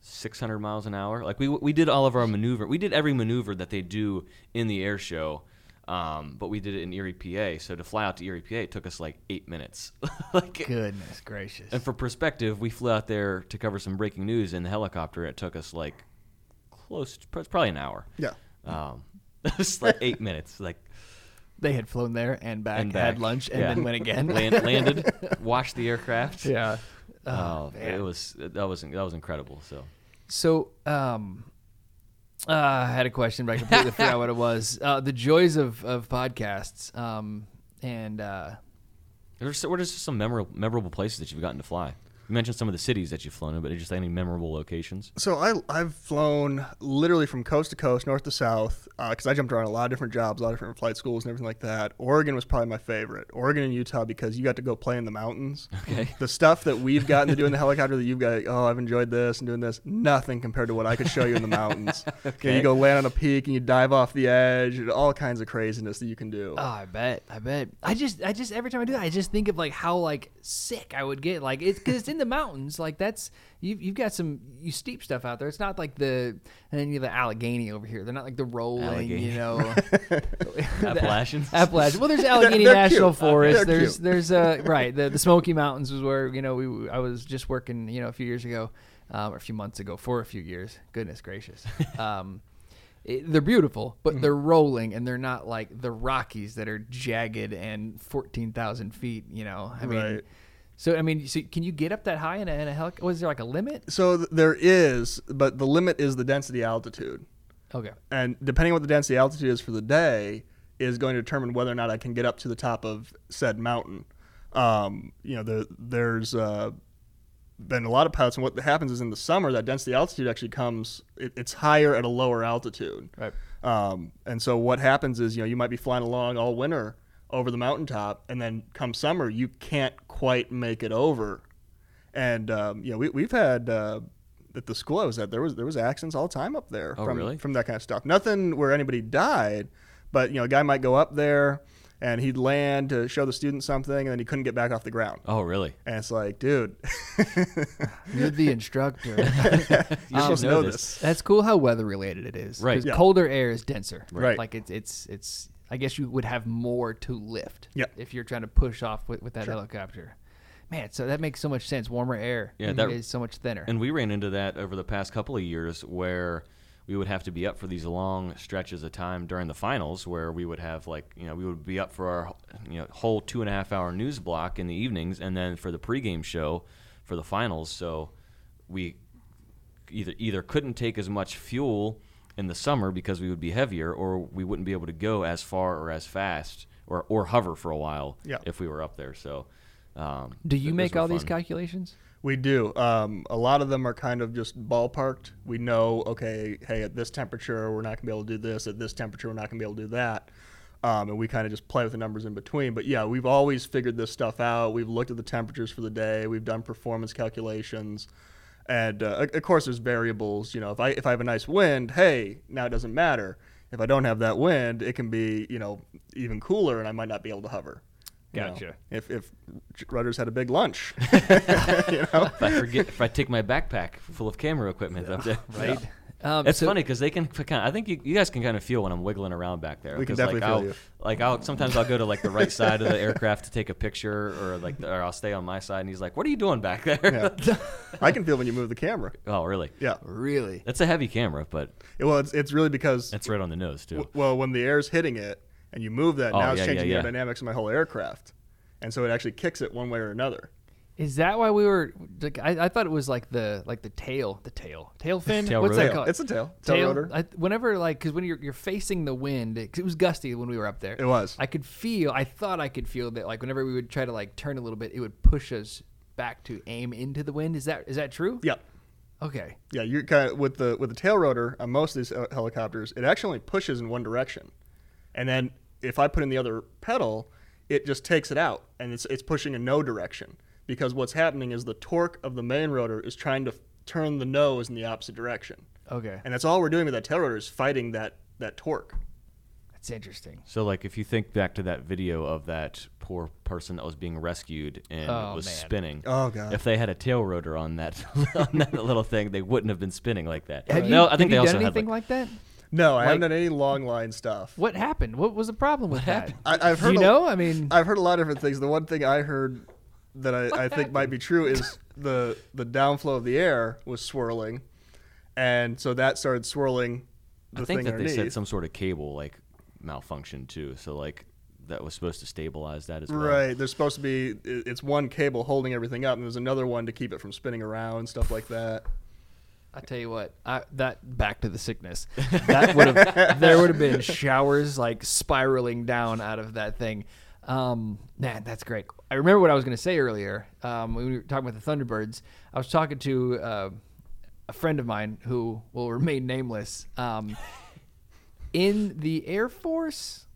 [SPEAKER 2] 600 miles an hour. Like we we did all of our maneuver. We did every maneuver that they do in the air show. Um, but we did it in Erie, PA. So to fly out to Erie, PA, it took us like eight minutes. like
[SPEAKER 1] Goodness gracious.
[SPEAKER 2] and for perspective, we flew out there to cover some breaking news in the helicopter. It took us like close, to, it's probably an hour.
[SPEAKER 3] Yeah.
[SPEAKER 2] Um, it was like eight minutes. Like
[SPEAKER 1] They had flown there and back,
[SPEAKER 2] and
[SPEAKER 1] had
[SPEAKER 2] back.
[SPEAKER 1] lunch, and
[SPEAKER 2] Yeah.
[SPEAKER 1] then went again.
[SPEAKER 2] Land, landed, washed the aircraft.
[SPEAKER 1] yeah.
[SPEAKER 2] Oh, it was that was that was incredible. So
[SPEAKER 1] So, um, uh, I had a question, but I completely forgot what it was. Uh, the joys of, of podcasts. Um, and uh,
[SPEAKER 2] there's what are just some memorable memorable places that you've gotten to fly? You mentioned some of the cities that you've flown in, but just any memorable locations?
[SPEAKER 3] So I I've flown literally from coast to coast, north to south, because I jumped around a lot of different jobs, a lot of different flight schools, and everything like that. Oregon was probably my favorite. Oregon and Utah because you got to go play in the mountains.
[SPEAKER 2] Okay.
[SPEAKER 3] The stuff that we've gotten to do in the helicopter that you've got, oh, I've enjoyed this and doing this, nothing compared to what I could show you in the mountains. okay. you go land on a peak and you dive off the edge, and all kinds of craziness that you can do.
[SPEAKER 1] oh, I bet, I bet. I just, I just every time I do that, I just think of like how like sick I would get. Like it's because it's in the mountains. Like that's you've you've got some you steep stuff out there. It's not like the and then you have the Allegheny over here. They're not like the rolling,
[SPEAKER 2] Allegheny.
[SPEAKER 1] you know.
[SPEAKER 2] Appalachians.
[SPEAKER 1] Appalachian. Well, there's Allegheny
[SPEAKER 3] they're
[SPEAKER 1] National
[SPEAKER 3] cute.
[SPEAKER 1] Forest.
[SPEAKER 3] They're
[SPEAKER 1] there's there's uh right the, the Smoky Mountains was where you know we I was just working you know a few years ago, um, or a few months ago for a few years. Goodness gracious. Um, it- they're beautiful, but
[SPEAKER 3] Mm-hmm.
[SPEAKER 1] they're rolling and they're not like the Rockies that are jagged and fourteen thousand feet. You know, I mean.
[SPEAKER 3] Right.
[SPEAKER 1] So I mean, so can you get up that high in a, in a helic? Was there like a limit?
[SPEAKER 3] So th- there is, but the limit is the density altitude.
[SPEAKER 1] Okay.
[SPEAKER 3] and depending on what the density altitude is for the day is going to determine whether or not I can get up to the top of said mountain. Um, you know, there, there's uh, been a lot of pilots, and what happens is in the summer that density altitude actually comes. It, it's higher at a lower altitude.
[SPEAKER 1] Right.
[SPEAKER 3] Um, and so what happens is you know you might be flying along all winter over the mountaintop, and then come summer you can't quite make it over. And um, you know we, we've had uh, at the school I was at there was there was accidents all the time up there
[SPEAKER 2] Oh,
[SPEAKER 3] from
[SPEAKER 2] really?
[SPEAKER 3] from that kind of stuff. Nothing where anybody died, but you know a guy might go up there and he'd land to show the students something, and then he couldn't get back off the ground.
[SPEAKER 2] Oh, really?
[SPEAKER 3] And it's like, dude,
[SPEAKER 1] You're the instructor.
[SPEAKER 3] you're supposed to
[SPEAKER 2] know
[SPEAKER 3] know
[SPEAKER 2] this.
[SPEAKER 3] this.
[SPEAKER 1] That's cool how weather related it is.
[SPEAKER 2] Right.
[SPEAKER 1] 'Cause
[SPEAKER 3] Yeah.
[SPEAKER 1] Colder air is denser.
[SPEAKER 3] Right.
[SPEAKER 1] Like it's it's it's. I guess you would have more to lift.
[SPEAKER 3] Yeah.
[SPEAKER 1] If you're trying to push off with, with that helicopter, man. So that makes so much sense. Warmer air.
[SPEAKER 2] Yeah, that-
[SPEAKER 1] is so much thinner.
[SPEAKER 2] And we ran into that over the past couple of years where we would have to be up for these long stretches of time during the finals where we would have like you know we would be up for our you know whole two and a half hour news block in the evenings and then for the pregame show for the finals so we either either couldn't take as much fuel in the summer because we would be heavier, or we wouldn't be able to go as far or as fast or or hover for a while
[SPEAKER 3] Yeah.
[SPEAKER 2] if we were up there. So, um,
[SPEAKER 1] Do
[SPEAKER 2] th-
[SPEAKER 1] you
[SPEAKER 2] those
[SPEAKER 1] make
[SPEAKER 2] were
[SPEAKER 1] all these
[SPEAKER 2] fun.
[SPEAKER 1] calculations?
[SPEAKER 3] We do. Um, a lot of them are kind of just ballparked. We know, okay, hey, at this temperature, we're not going to be able to do this. At this temperature, we're not going to be able to do that. Um, and we kind of just play with the numbers in between. But yeah, we've always figured this stuff out. We've looked at the temperatures for the day. We've done performance calculations. And uh, o- of course, there's variables. You know, if I if I have a nice wind, hey, now it doesn't matter. If I don't have that wind, it can be you know even cooler, and I might not be able to hover. you know.
[SPEAKER 1] Gotcha.
[SPEAKER 3] If if Rutter's had a big lunch, you know,
[SPEAKER 2] if I forget if I take my backpack full of camera equipment up there,
[SPEAKER 1] Right. Um,
[SPEAKER 2] It's
[SPEAKER 1] so-
[SPEAKER 2] funny because they can kind of, I think you, you guys can kind of feel when I'm wiggling around back there.
[SPEAKER 3] We can
[SPEAKER 2] 'cause, like,
[SPEAKER 3] definitely feel
[SPEAKER 2] I'll,
[SPEAKER 3] you.
[SPEAKER 2] Like I'll sometimes I'll go to like the right side of the aircraft to take a picture, or like the, or I'll stay on my side, and he's like, "What are you doing back there?"
[SPEAKER 3] Yeah. I can feel when you move the camera.
[SPEAKER 2] oh, really?
[SPEAKER 3] Yeah.
[SPEAKER 1] Really?
[SPEAKER 2] That's a heavy camera, but
[SPEAKER 3] It- well, it's, it's really because,
[SPEAKER 2] it's right on the nose too.
[SPEAKER 3] w- well, when the air's hitting it and you move that,
[SPEAKER 2] Oh,
[SPEAKER 3] now it's
[SPEAKER 2] yeah,
[SPEAKER 3] changing
[SPEAKER 2] yeah, yeah.
[SPEAKER 3] the aerodynamics of my whole aircraft. And so it actually kicks it one way or another.
[SPEAKER 1] Is that why we were? Like, I, I thought it was like the like the tail, the tail, tail fin.
[SPEAKER 2] Tail
[SPEAKER 1] What's that
[SPEAKER 2] rotor.
[SPEAKER 1] called?
[SPEAKER 3] It's a tail. Tail rotor.
[SPEAKER 1] I, whenever like, because when you're you're facing the wind, it, 'cause it was gusty when we were up there.
[SPEAKER 3] It was.
[SPEAKER 1] I could feel. I thought I could feel that. Like whenever we would try to like turn a little bit, it would push us back to aim into the wind. Is that is that true?
[SPEAKER 3] Yep.
[SPEAKER 1] Okay.
[SPEAKER 3] Yeah, you're kind of, with the with the tail rotor on most of these hel- helicopters, it actually only pushes in one direction, and then if I put in the other pedal, it just takes it out, and it's it's pushing in no direction because what's happening is the torque of the main rotor is trying to f- turn the nose in the opposite direction,
[SPEAKER 1] Okay.
[SPEAKER 3] and that's all we're doing with that tail rotor is fighting that that torque.
[SPEAKER 1] That's interesting.
[SPEAKER 2] So, like, if you think back to that video of that poor person that was being rescued and
[SPEAKER 1] Oh,
[SPEAKER 2] was
[SPEAKER 1] man.
[SPEAKER 2] spinning,
[SPEAKER 3] Oh, God.
[SPEAKER 2] if they had a tail rotor on that on that little thing, they wouldn't have been spinning like that.
[SPEAKER 1] Have you,
[SPEAKER 2] no, I think
[SPEAKER 1] have
[SPEAKER 2] they
[SPEAKER 1] you
[SPEAKER 2] also
[SPEAKER 1] done
[SPEAKER 2] had
[SPEAKER 1] anything
[SPEAKER 2] like,
[SPEAKER 1] like, that?
[SPEAKER 3] No, I haven't
[SPEAKER 1] Like-
[SPEAKER 3] done any long line stuff.
[SPEAKER 1] What happened? What was the problem with that?
[SPEAKER 3] I, I've heard
[SPEAKER 1] you
[SPEAKER 3] a-
[SPEAKER 1] know, I mean,
[SPEAKER 3] I've heard a lot of different things. The one thing I heard that I, I think might be true is the the downflow of the air was swirling, and so that started swirling. The
[SPEAKER 2] I think
[SPEAKER 3] thing
[SPEAKER 2] that they
[SPEAKER 3] underneath.
[SPEAKER 2] said some sort of cable like malfunctioned too. So like that was supposed to stabilize that as well.
[SPEAKER 3] Right, there's supposed to be i- it's one cable holding everything up, and there's another one to keep it from spinning around, stuff like that.
[SPEAKER 1] I tell you what, I, that back to the sickness. That would have there would have been showers like spiraling down out of that thing. Um, nah, that's great. I remember what I was going to say earlier. Um, when we were talking about the Thunderbirds, I was talking to uh, a friend of mine who will remain nameless. Um, in the Air Force.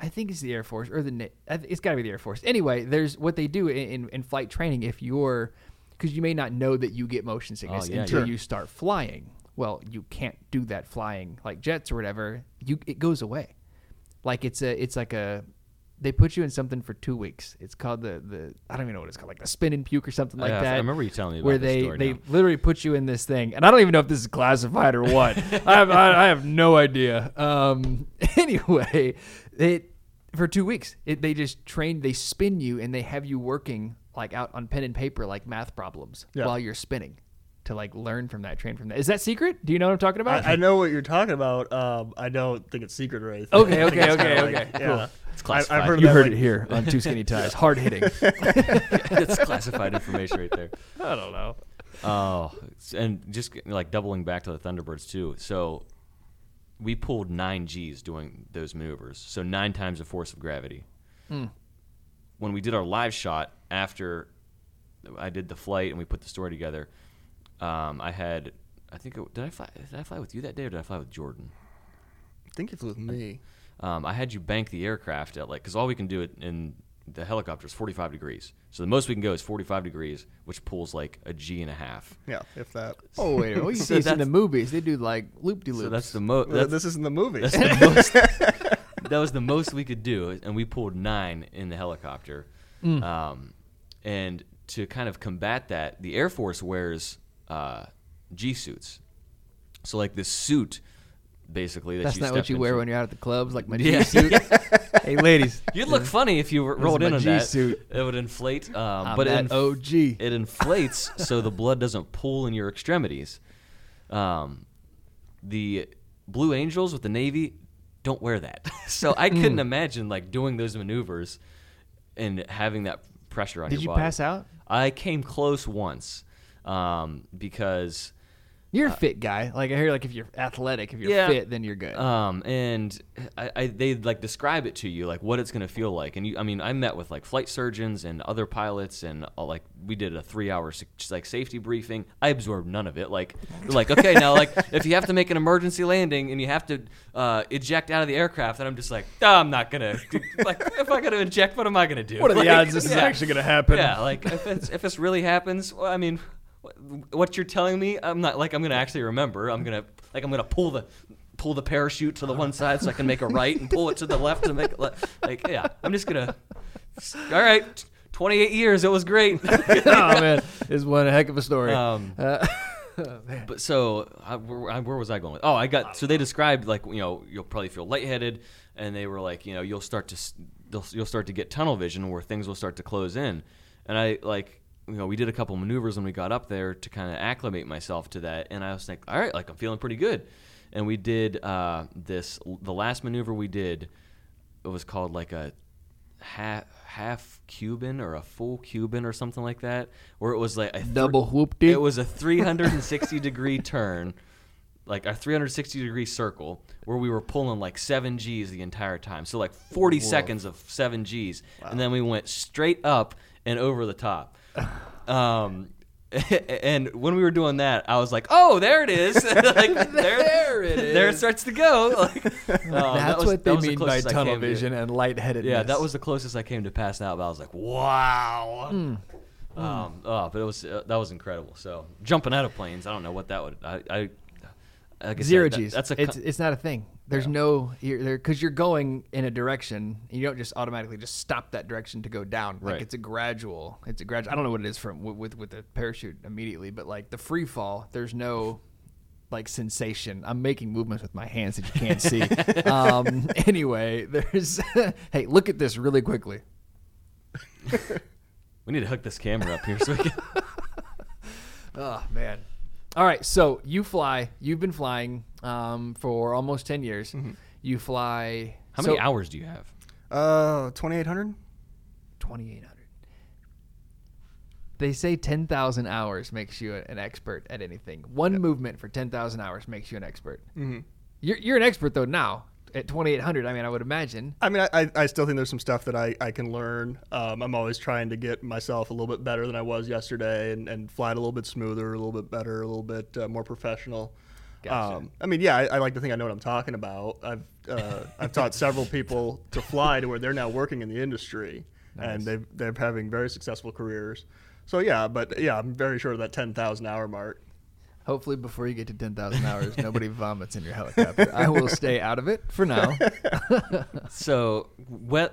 [SPEAKER 1] I think it's the Air Force or the Na- I th- it's got to be the Air Force. Anyway, there's what they do in, in, in flight training if you're because you may not know that you get motion sickness
[SPEAKER 2] Oh, yeah,
[SPEAKER 1] until
[SPEAKER 2] yeah.
[SPEAKER 1] you start flying. Well, you can't do that flying like jets or whatever. You it goes away. Like it's a it's like a they put you in something for two weeks. It's called the the I don't even know what it's called like the spin and puke or something like
[SPEAKER 2] Yeah, I
[SPEAKER 1] that.
[SPEAKER 2] remember you telling me about
[SPEAKER 1] where
[SPEAKER 2] this
[SPEAKER 1] they
[SPEAKER 2] story
[SPEAKER 1] they
[SPEAKER 2] now.
[SPEAKER 1] literally put you in this thing, and I don't even know if this is classified or what. I, have, I, I have no idea. Um, anyway, it for two weeks it, they just train, they spin you, and they have you working like out on pen and paper, like math problems,
[SPEAKER 3] Yeah.
[SPEAKER 1] while you're spinning to like learn from that, train from that. Is that secret? Do you know what I'm talking about?
[SPEAKER 3] I, I know what you're talking about. Um, I don't think it's secret or anything.
[SPEAKER 1] Okay,
[SPEAKER 3] I think
[SPEAKER 1] okay,
[SPEAKER 3] it's kinda
[SPEAKER 1] okay, okay,
[SPEAKER 3] Yeah.
[SPEAKER 2] It's
[SPEAKER 3] I,
[SPEAKER 2] classified.
[SPEAKER 3] have heard of
[SPEAKER 1] you
[SPEAKER 3] that,
[SPEAKER 1] heard
[SPEAKER 3] like,
[SPEAKER 1] it here on Two Skinny Ties. Hard hitting.
[SPEAKER 2] it's classified information right there.
[SPEAKER 1] I don't know.
[SPEAKER 2] Oh, s- and just g- like doubling back to the Thunderbirds too. So we pulled nine G's doing those maneuvers. So nine times the force of gravity. When we did our live shot after I did the flight and we put the story together, um, I had I think it, did I fly did I fly with you that day or did I fly with Jordan?
[SPEAKER 3] I think it's with me.
[SPEAKER 2] um, I had you bank the aircraft at like because all we can do it in the helicopter is 45 degrees. So the most we can go is 45 degrees, which pulls like a G and a half.
[SPEAKER 3] Yeah, if that.
[SPEAKER 1] Oh wait, well, you
[SPEAKER 2] So
[SPEAKER 1] see this in the
[SPEAKER 2] that's-
[SPEAKER 1] movies. They do like loop de
[SPEAKER 2] So
[SPEAKER 1] loop.
[SPEAKER 2] that's the most.
[SPEAKER 3] Oh, this isn't the movie.
[SPEAKER 2] That's the most. that was the most we could do, and we pulled nine in the helicopter.
[SPEAKER 1] Hmm.
[SPEAKER 2] Um, and to kind of combat that, the Air Force wears uh, G suits. So like this suit, basically that
[SPEAKER 1] That's
[SPEAKER 2] you
[SPEAKER 1] not
[SPEAKER 2] step
[SPEAKER 1] what you
[SPEAKER 2] into.
[SPEAKER 1] wear when you're out at the clubs, like my
[SPEAKER 2] Yeah.
[SPEAKER 1] G-suit. hey, ladies,
[SPEAKER 2] You'd look funny if you r-
[SPEAKER 1] is
[SPEAKER 2] rolled
[SPEAKER 1] my
[SPEAKER 2] in on
[SPEAKER 1] G
[SPEAKER 2] that.
[SPEAKER 1] suit.
[SPEAKER 2] It would inflate, um,
[SPEAKER 1] I'm
[SPEAKER 2] but it,
[SPEAKER 1] that
[SPEAKER 2] inf-
[SPEAKER 1] OG.
[SPEAKER 2] it inflates so the blood doesn't pool in your extremities. Um, the Blue Angels with the Navy don't wear that, so I
[SPEAKER 1] Hmm.
[SPEAKER 2] couldn't imagine like doing those maneuvers and having that pressure on
[SPEAKER 1] Did
[SPEAKER 2] your
[SPEAKER 1] you
[SPEAKER 2] body.
[SPEAKER 1] pass out?
[SPEAKER 2] I came close once um, because
[SPEAKER 1] You're a fit guy. Like I hear, like if you're athletic, if you're
[SPEAKER 2] Yeah.
[SPEAKER 1] fit, then you're good.
[SPEAKER 2] um, and I, I, they like describe it to you like what it's going to feel like and you i mean i met with like flight surgeons and other pilots and all, like we did a three hour s- like safety briefing i absorbed none of it like they're like okay now like if you have to make an emergency landing and you have to uh, eject out of the aircraft and i'm just like "Ah, i'm not gonna like if i gotta eject what am i gonna do
[SPEAKER 4] What are
[SPEAKER 2] Like,
[SPEAKER 4] the odds this is
[SPEAKER 2] yeah.
[SPEAKER 4] actually going to happen?
[SPEAKER 2] Yeah, like if it's, if this really happens, well, I mean, wh- what you're telling me, I'm not like I'm gonna actually remember. I'm gonna like I'm gonna pull the pull the parachute to the one side so I can make a right, and pull it to the left to make a le- like yeah. I'm just gonna. All right, 28 years, it was great.
[SPEAKER 1] oh man, is one heck of a story. Uh, oh,
[SPEAKER 2] Um, but so I, where, I- where was I going with? Oh, I got so they described like you know you'll probably feel lightheaded, and they were like you know you'll start to s- they'll, you'll start to get tunnel vision where things will start to close in, and I like you know we did a couple maneuvers when we got up there to kind of acclimate myself to that, and I was like all right like I'm feeling pretty good, and we did uh, this the last maneuver we did it was called like a half half Cuban or a full Cuban or something like that, where it was like a thr-
[SPEAKER 1] Double whoop-dee?
[SPEAKER 2] It was a 360 degree turn, like a 360 degree circle, where we were pulling like seven G's the entire time. So like 40 seconds of seven G's, and then we went straight up and over the top. Um, and when we were doing that, I was like, "Oh, there it is! like, there, there it is! There it starts to go!" Like, um, that
[SPEAKER 1] That's
[SPEAKER 2] was-
[SPEAKER 1] what
[SPEAKER 2] that
[SPEAKER 1] they
[SPEAKER 2] was the
[SPEAKER 1] mean by
[SPEAKER 2] closest I
[SPEAKER 1] tunnel
[SPEAKER 2] came to it.
[SPEAKER 1] vision and lightheadedness.
[SPEAKER 2] Yeah, that was the closest I came to passing out. But I was like, wow.
[SPEAKER 1] Hmm.
[SPEAKER 2] Um, oh, but it was uh, that was incredible. So jumping out of planes, I don't know what that would. I, I like I said,
[SPEAKER 1] zero
[SPEAKER 2] that-
[SPEAKER 1] G's.
[SPEAKER 2] that's a.
[SPEAKER 1] it's,
[SPEAKER 2] co-
[SPEAKER 1] it's not a thing. There's no you're there because you're going in a direction. And you don't just automatically just stop that direction to go down. Like
[SPEAKER 2] Right.
[SPEAKER 1] it's a gradual. It's a gradual. I don't know what it is from with, with with the parachute immediately, but like the free fall, there's no like sensation. I'm making movements with my hands that you can't see. um, anyway, there's hey, look at this really quickly.
[SPEAKER 2] we need to hook this camera up here so we can.
[SPEAKER 1] Oh man. All right, so you fly. You've been flying um, for almost ten years. You fly.
[SPEAKER 2] Mm-hmm. How
[SPEAKER 1] so-
[SPEAKER 2] many hours do you have?
[SPEAKER 3] Uh, 2800.
[SPEAKER 1] 2800 they say 10,000 hours makes you a- an expert at anything. One movement for 10,000 hours makes you an expert. Mm-hmm. You're, you're an expert, though, now at 2,800. I mean, I would imagine.
[SPEAKER 3] I mean, I- I, I still think there's some stuff that I, I can learn. Um, I'm always trying to get myself a little bit better than I was yesterday and, and fly it a little bit smoother, a little bit better, a little bit uh, more professional.
[SPEAKER 1] Gotcha.
[SPEAKER 3] Um, I mean, yeah, I, I like to think I know what I'm talking about. I've uh, I've taught several people to fly to where they're now working in the industry, and they've they're having very successful careers. So yeah, but yeah, I'm very sure of that 10,000 hour mark.
[SPEAKER 1] Hopefully, before you get to 10,000 hours, nobody vomits in your helicopter. I will stay out of it for now.
[SPEAKER 2] So we-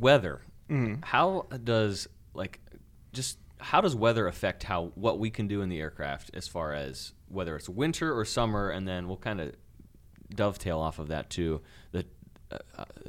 [SPEAKER 2] weather.
[SPEAKER 3] Mm-hmm.
[SPEAKER 2] How does like just how does weather affect how what we can do in the aircraft as far as whether it's winter or summer, and then we'll kind of dovetail off of that too. The uh,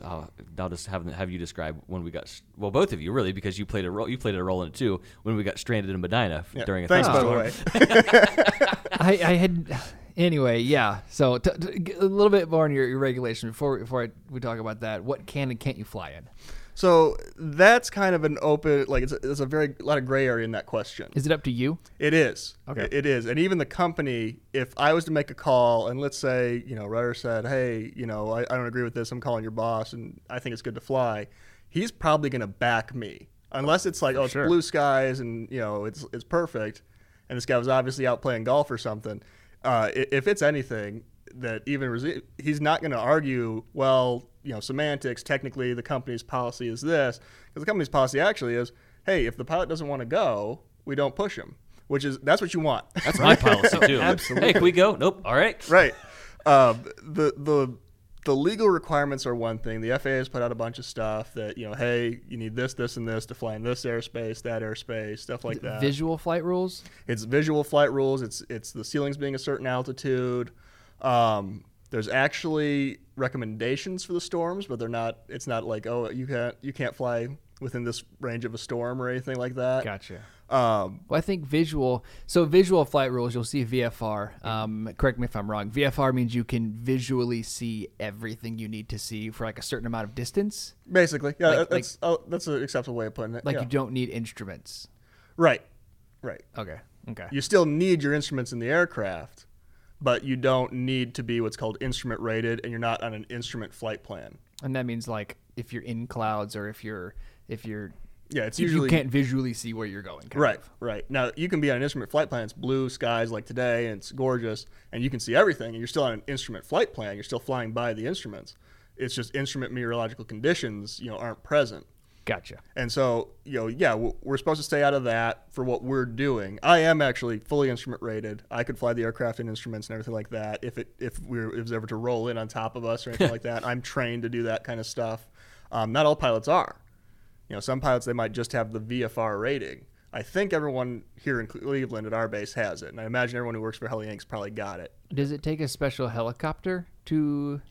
[SPEAKER 2] uh, I'll just have have you describe when we got s- well both of you really because you played a role you played a role in it too when we got stranded in Medina f-
[SPEAKER 3] Yeah.
[SPEAKER 2] during a
[SPEAKER 3] Thanks, by the
[SPEAKER 2] thunderstorm.
[SPEAKER 3] way.
[SPEAKER 1] I, I had. Anyway, yeah. So t- t- g- a little bit more on your, your regulation before before I, we talk about that. What can and can't you fly in?
[SPEAKER 3] So that's kind of an open, like it's a, it's a very lot of gray area in that question.
[SPEAKER 1] Is it up to you?
[SPEAKER 3] It is.
[SPEAKER 1] Okay.
[SPEAKER 3] It- It is. And even the company, if I was to make a call and let's say, you know, Rudder said, hey, you know, I, I don't agree with this. I'm calling your boss and I think it's good to fly. He's probably going to back me unless it's like, oh, it's blue skies and, you know, it's, it's perfect. And this guy was obviously out playing golf or something. Uh, i- if it's anything that even resi- he's not going to argue, well, you know, semantics, technically the company's policy is this because the company's policy actually is, hey, if the pilot doesn't want to go, we don't push him which is that's what you want,
[SPEAKER 2] That's my policy too. Absolutely. Hey, can we go? Nope. All right.
[SPEAKER 3] right? Um, the the the legal requirements are one thing. The FAA has put out a bunch of stuff that you know, hey, you need this, this, and this to fly in this airspace, that airspace, stuff like that.
[SPEAKER 1] Visual flight rules?
[SPEAKER 3] it's visual flight rules. It's it's the ceilings being a certain altitude. Um, there's actually recommendations for the storms, but they're not. It's not like oh, you can't you can't fly within this range of a storm or anything like that.
[SPEAKER 1] Gotcha.
[SPEAKER 3] Um,
[SPEAKER 1] Well, I think visual. So visual flight rules. You'll see VFR. Um, correct me if I'm wrong. VFR means you can visually see everything you need to see for like a certain amount of distance.
[SPEAKER 3] basically, yeah,
[SPEAKER 1] Like-
[SPEAKER 3] that's oh, that's an acceptable way of putting it.
[SPEAKER 1] Like
[SPEAKER 3] yeah.
[SPEAKER 1] you don't need instruments.
[SPEAKER 3] Right. Right.
[SPEAKER 1] Okay. Okay.
[SPEAKER 3] You still need your instruments in the aircraft, but you don't need to be what's called instrument rated, and you're not on an instrument flight plan.
[SPEAKER 1] And that means like if you're in clouds or if you're if you're
[SPEAKER 3] Yeah, it's
[SPEAKER 1] if
[SPEAKER 3] usually
[SPEAKER 1] you can't visually see where you're going. kind
[SPEAKER 3] Right,
[SPEAKER 1] of.
[SPEAKER 3] right. Now you can be on an instrument flight plan. It's blue skies like today, and it's gorgeous, and you can see everything. And you're still on an instrument flight plan. You're still flying by the instruments. It's just instrument meteorological conditions, you know, aren't present.
[SPEAKER 1] Gotcha.
[SPEAKER 3] And so, you know, yeah, w- we're supposed to stay out of that for what we're doing. I am actually fully instrument rated. I could fly the aircraft and instruments and everything like that. If it if we were, if it was ever to roll in on top of us or anything like that, I'm trained to do that kind of stuff. Um, not all pilots are. You know, some pilots they might just have the VFR rating. I think everyone here in Cleveland at our base has it, and I imagine everyone who works for Heli Inc.'s probably got it.
[SPEAKER 1] Does it take a special helicopter to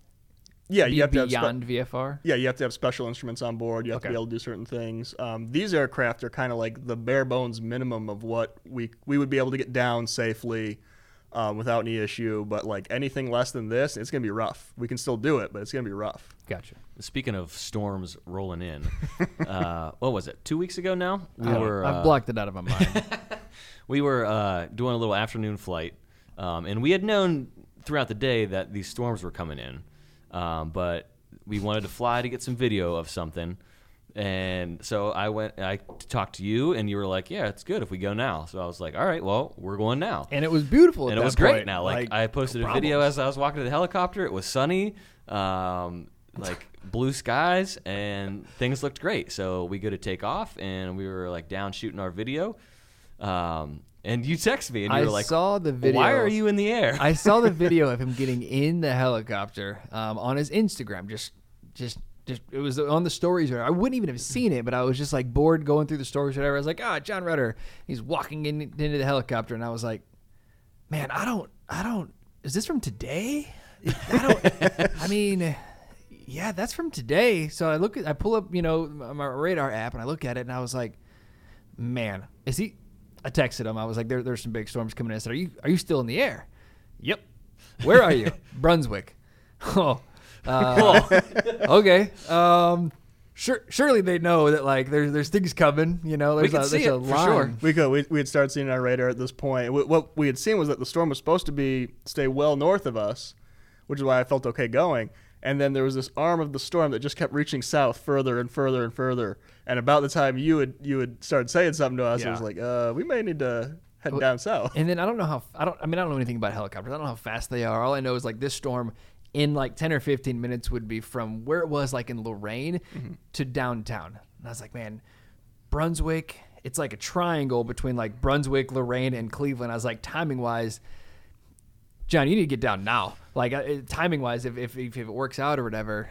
[SPEAKER 3] Yeah,
[SPEAKER 1] be
[SPEAKER 3] Uh, you have to have spe-
[SPEAKER 1] beyond VFR?
[SPEAKER 3] Yeah, you have to have special instruments on board. You have
[SPEAKER 1] Okay.
[SPEAKER 3] to be able to do certain things. Um, these aircraft are kind of like the bare bones minimum of what we we would be able to get down safely um, without any issue. But like anything less than this, it's gonna be rough. We can still do it, but it's gonna be rough.
[SPEAKER 1] Gotcha.
[SPEAKER 2] Speaking of storms rolling in, uh, what was it? Two weeks ago now, we
[SPEAKER 1] I-
[SPEAKER 2] were
[SPEAKER 1] I've
[SPEAKER 2] uh,
[SPEAKER 1] blocked it out of my mind.
[SPEAKER 2] we were uh, doing a little afternoon flight, um, and we had known throughout the day that these storms were coming in, um, but we wanted to fly to get some video of something. And so I went. I talked to you, and you were like, "Yeah, it's good if we go now." So I was like, "All right, well, we're going now."
[SPEAKER 1] and it was beautiful. at
[SPEAKER 2] and it
[SPEAKER 1] that
[SPEAKER 2] was great.
[SPEAKER 1] point.
[SPEAKER 2] Now, like, I posted a video as I was walking to the helicopter. It was sunny, um, like blue skies, and things looked great. So we go to take off, and we were like down shooting our video. Um, and you text me, and you
[SPEAKER 1] I
[SPEAKER 2] were like,
[SPEAKER 1] saw the video.
[SPEAKER 2] Why are you in the air?"
[SPEAKER 1] I saw the video of him getting in the helicopter um, on his Instagram. Just, just, just. It was on the stories. Or I wouldn't even have seen it, but I was just like bored going through the stories. Or whatever. I was like, ah, John Rutter. He's walking in, into the helicopter, and I was like, man, I don't, I don't. Is this from today? I don't. I mean. Yeah, that's from today. So I look at, I pull up, you know, my my radar app, and I look at it, and I was like, man, is he? I texted him. I was like, there, there's some big storms coming in. I said, are you, are you still in the air? Yep. Where are you? Brunswick. Oh. Uh, okay. Um, sure, surely they know that like there's there's things coming. You know, there's
[SPEAKER 2] can
[SPEAKER 1] a,
[SPEAKER 2] see
[SPEAKER 1] there's a
[SPEAKER 2] it, for
[SPEAKER 1] line.
[SPEAKER 2] sure.
[SPEAKER 3] We could we, we had started seeing it on our radar at this point. Wh- What we had seen was that the storm was supposed to be stay well north of us, which is why I felt okay going. And then there was this arm of the storm that just kept reaching south further and further and further. And about the time you had you had started saying something to us, it was
[SPEAKER 1] Yeah.
[SPEAKER 3] like, uh, we may need to head down south.
[SPEAKER 1] And then I don't know how I don't I mean I don't know anything about helicopters. I don't know how fast they are. All I know is like this storm in like 10 or 15 minutes would be from where it was like in Lorraine to downtown. And I was like, man, Brunswick, it's like a triangle between like Brunswick, Lorraine and Cleveland. I was like timing wise, John, you need to get down now. Like timing wise if, if if it works out or whatever.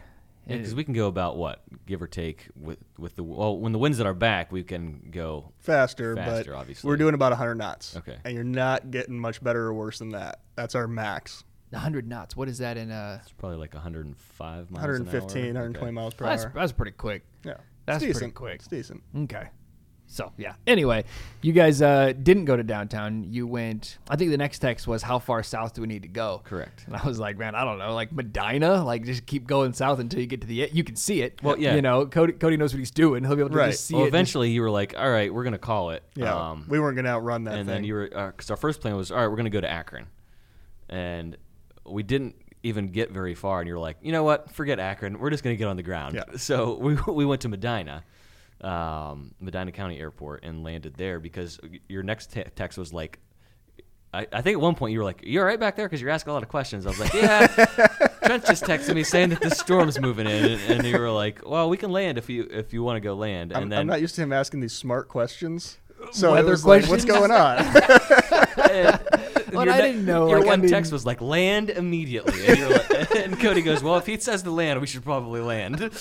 [SPEAKER 1] And
[SPEAKER 2] because we can go about what give or take with with the well when the wind's at our back we can go
[SPEAKER 3] Faster,
[SPEAKER 2] Faster,
[SPEAKER 3] but
[SPEAKER 2] obviously.
[SPEAKER 3] we're doing about 100 knots.
[SPEAKER 2] Okay.
[SPEAKER 3] And you're not getting much better or worse than that. That's our max.
[SPEAKER 1] 100 knots. What is that in uh
[SPEAKER 2] it's probably like 105 miles an hour.
[SPEAKER 3] 115,
[SPEAKER 2] Okay.
[SPEAKER 3] 120 miles per
[SPEAKER 1] that's,
[SPEAKER 3] hour.
[SPEAKER 1] that's pretty quick.
[SPEAKER 3] Yeah.
[SPEAKER 1] that's
[SPEAKER 3] it's
[SPEAKER 1] pretty
[SPEAKER 3] decent.
[SPEAKER 1] quick.
[SPEAKER 3] It's decent.
[SPEAKER 1] Okay. So yeah. Anyway, you guys uh, didn't go to downtown. You went. I think the next text was, "How far south do we need to go?"
[SPEAKER 2] Correct.
[SPEAKER 1] And I was like, "Man, I don't know. Like Medina. Like just keep going south until you get to the. You can see it.
[SPEAKER 2] Well, yeah.
[SPEAKER 1] You know, Cody. Cody knows what he's doing. He'll be able to
[SPEAKER 3] Right.
[SPEAKER 1] just see
[SPEAKER 2] Well,
[SPEAKER 1] it. and
[SPEAKER 2] eventually you were like, "All right, we're gonna call it."
[SPEAKER 3] Yeah.
[SPEAKER 2] Um,
[SPEAKER 3] we weren't going to outrun that
[SPEAKER 2] and
[SPEAKER 3] thing.
[SPEAKER 2] then you were because our first plan was all right we're going to go to akron and we didn't even get very far and you were like you know what forget akron we're just going to get on the ground
[SPEAKER 3] Yeah.
[SPEAKER 2] so we, we went to medina um, medina county airport and landed there because your next te- text was like I, I think at one point you were like, "You're right back there because you're asking a lot of questions." I was like, "Yeah." Trent just texted me saying that the storm's moving in, and, and you were like, "Well, we can land if you if you want to go land." And
[SPEAKER 3] I'm,
[SPEAKER 2] then
[SPEAKER 3] I'm not used to him asking these smart questions. So
[SPEAKER 1] Weather
[SPEAKER 3] it was like,
[SPEAKER 1] questions?
[SPEAKER 3] what's going on?
[SPEAKER 2] and
[SPEAKER 1] Well,
[SPEAKER 2] your
[SPEAKER 1] I
[SPEAKER 2] ne-
[SPEAKER 1] didn't know,
[SPEAKER 2] Your
[SPEAKER 1] like, I
[SPEAKER 2] one
[SPEAKER 1] didn't-
[SPEAKER 2] text was like, "Land immediately," and, you're like, and Cody goes, "Well, if he says to land, we should probably land."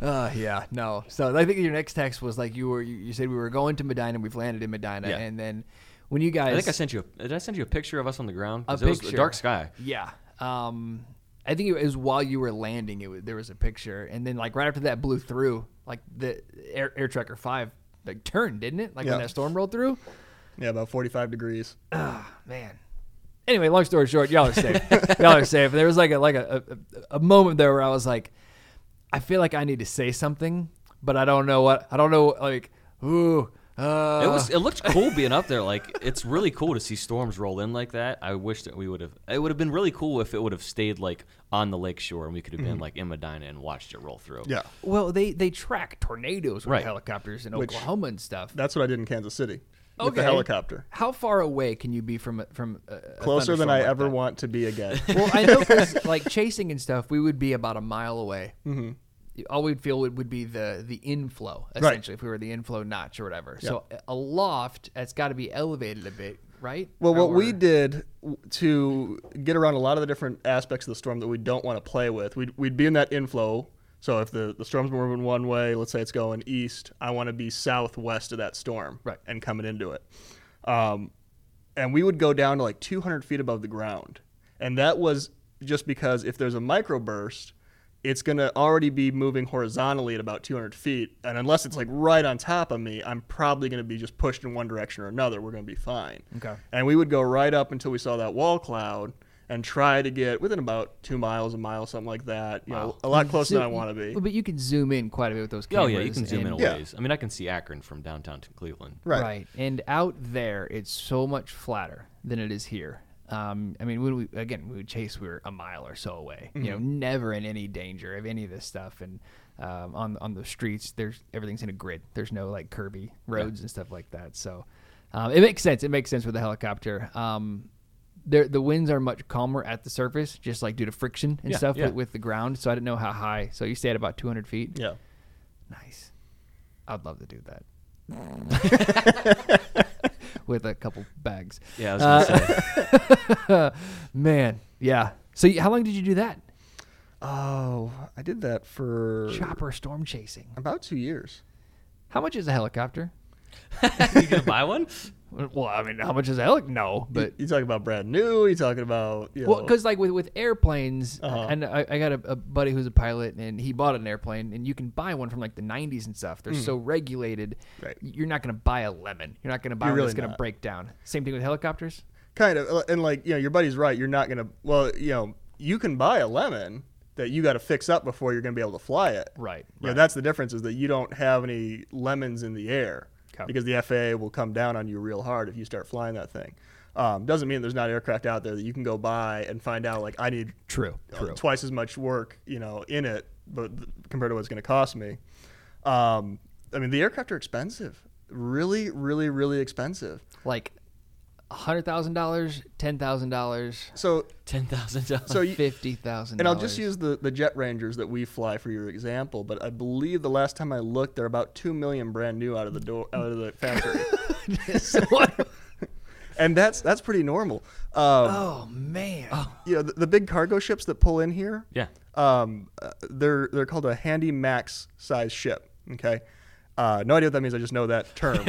[SPEAKER 1] Uh, yeah, no. So I think your next text was like you were. You, you said we were going to Medina. We've landed in Medina,
[SPEAKER 2] Yeah.
[SPEAKER 1] and then when you guys,
[SPEAKER 2] I think I sent you. A, did I send you a picture of us on the ground?
[SPEAKER 1] A
[SPEAKER 2] 'Cause it was
[SPEAKER 1] picture.
[SPEAKER 2] dark sky.
[SPEAKER 1] Yeah. Um, I think it was while you were landing. It was, there was a picture, and then like right after that blew through, like the air, air tracker five like turned, didn't it? Like when
[SPEAKER 3] Yeah.
[SPEAKER 1] that storm rolled through. Ah,
[SPEAKER 3] yeah, about 45 degrees.
[SPEAKER 1] Man. Anyway, long story short, y'all are safe. y'all are safe. There was like a like a, a a moment there where I was like, I feel like I need to say something, but I don't know what. I don't know like ooh. Uh,
[SPEAKER 2] it was. It looked cool being up there. Like it's really cool to see storms roll in like that. I wish that we would have. It would have been really cool if it would have stayed like on the lake shore and we could have
[SPEAKER 1] Mm-hmm.
[SPEAKER 2] been like in Medina and watched it roll through.
[SPEAKER 3] Yeah,
[SPEAKER 1] Well, they they track tornadoes with
[SPEAKER 2] Right.
[SPEAKER 1] helicopters in
[SPEAKER 3] Which-
[SPEAKER 1] Oklahoma and stuff.
[SPEAKER 3] that's what I did in Kansas City with the
[SPEAKER 1] Okay.
[SPEAKER 3] helicopter.
[SPEAKER 1] How far away can you be from a- from a, a
[SPEAKER 3] Closer than
[SPEAKER 1] thunderstorm
[SPEAKER 3] I
[SPEAKER 1] like
[SPEAKER 3] ever
[SPEAKER 1] that?
[SPEAKER 3] want to be again.
[SPEAKER 1] Well, I know 'cause, like chasing and stuff, we would be about a mile away. Mm-hmm. All we'd feel would, would be the the inflow essentially if we were the inflow notch or whatever. So a loft that's got to be elevated a bit, right?
[SPEAKER 3] Well, what we
[SPEAKER 1] Or-
[SPEAKER 3] did w- to get around a lot of the different aspects of the storm that we don't want to play with, we'd, we'd be in that inflow. So if the, the storm's moving one way, let's say it's going east, I want to be southwest of that storm
[SPEAKER 1] Right.
[SPEAKER 3] and coming into it. Um, and we would go down to like 200 feet above the ground. And that was just because if there's a microburst, it's going to already be moving horizontally at about 200 feet. And unless it's like right on top of me, I'm probably going to be just pushed in one direction or another. We're going to be fine.
[SPEAKER 1] Okay.
[SPEAKER 3] And we would go right up until we saw that wall cloud and try to get within about two miles, a mile, something like that. You know, a lot closer than I
[SPEAKER 1] Zoom-
[SPEAKER 3] want to be.
[SPEAKER 1] But you can zoom in quite a bit with those
[SPEAKER 2] Oh
[SPEAKER 1] cameras.
[SPEAKER 2] yeah, you can zoom in a
[SPEAKER 1] and-
[SPEAKER 3] Yeah.
[SPEAKER 2] ways. I mean, I can see Akron from downtown to Cleveland.
[SPEAKER 3] Right.
[SPEAKER 1] And out there, it's so much flatter than it is here. Um, I mean, when we again we would chase, we were a mile or so away. You know,
[SPEAKER 2] Mm-hmm.
[SPEAKER 1] never in any danger of any of this stuff. And um, on on the streets, there's everything's in a grid. There's no like curvy roads and stuff like that. So um, it makes sense. It makes sense with the helicopter. Um, there, the winds are much calmer at the surface, just like due to friction and
[SPEAKER 2] Yeah,
[SPEAKER 1] stuff
[SPEAKER 2] yeah.
[SPEAKER 1] With, with the ground. So I didn't know how high. So you stay at about 200 feet.
[SPEAKER 3] Yeah.
[SPEAKER 1] Nice. I'd love to do that. With a couple bags.
[SPEAKER 2] Yeah, I was gonna
[SPEAKER 1] Uh,
[SPEAKER 2] say.
[SPEAKER 1] Man, yeah. So y- how long did you do that?
[SPEAKER 3] Oh, I did that for
[SPEAKER 1] Chopper storm chasing.
[SPEAKER 3] about two years.
[SPEAKER 1] How much is a helicopter?
[SPEAKER 2] you gonna buy one?
[SPEAKER 1] Well, I mean, how much is a helic? No, but
[SPEAKER 3] you talking about brand new? You talking about you
[SPEAKER 1] well,
[SPEAKER 3] know-
[SPEAKER 1] because like with with airplanes,
[SPEAKER 3] Uh-huh.
[SPEAKER 1] and I, I got a, a buddy who's a pilot, and he bought an airplane, and you can buy one from like the '90s and stuff. They're so regulated.
[SPEAKER 3] Mm-hmm. Right.
[SPEAKER 1] You're not going to buy a lemon. You're not going to buy
[SPEAKER 3] You're
[SPEAKER 1] one that's
[SPEAKER 3] really
[SPEAKER 1] going to
[SPEAKER 3] not.
[SPEAKER 1] break down. Same thing with helicopters.
[SPEAKER 3] kind of uh, and like you know your buddy's right you're not gonna well you know you can buy a lemon that you got to fix up before you're gonna be able to fly it
[SPEAKER 1] Right,
[SPEAKER 3] you know, that's the difference is that you don't have any lemons in the air
[SPEAKER 1] Okay.
[SPEAKER 3] because the FAA will come down on you real hard if you start flying that thing um, doesn't mean there's not aircraft out there that you can go buy and find out like I need
[SPEAKER 1] True.
[SPEAKER 3] uh, twice as much work, you know, in it, but th- compared to what it's going to cost me. Um, I mean, the aircraft are expensive, really, really, really expensive.
[SPEAKER 1] like hundred thousand dollars, ten thousand dollars,
[SPEAKER 3] So,
[SPEAKER 2] Ten thousand dollars.
[SPEAKER 3] so you,
[SPEAKER 1] fifty thousand.
[SPEAKER 3] and I'll just use the the Jet Rangers that we fly for your example. But I believe the last time I looked, they're about two million brand new out of the door out of the factory, and that's that's pretty normal. Um,
[SPEAKER 1] oh man!
[SPEAKER 3] you know, the, the big cargo ships that pull in here.
[SPEAKER 2] Yeah.
[SPEAKER 3] Um, uh, they're they're called a handy max size ship. Okay. Uh, no idea what that means. I just know that term.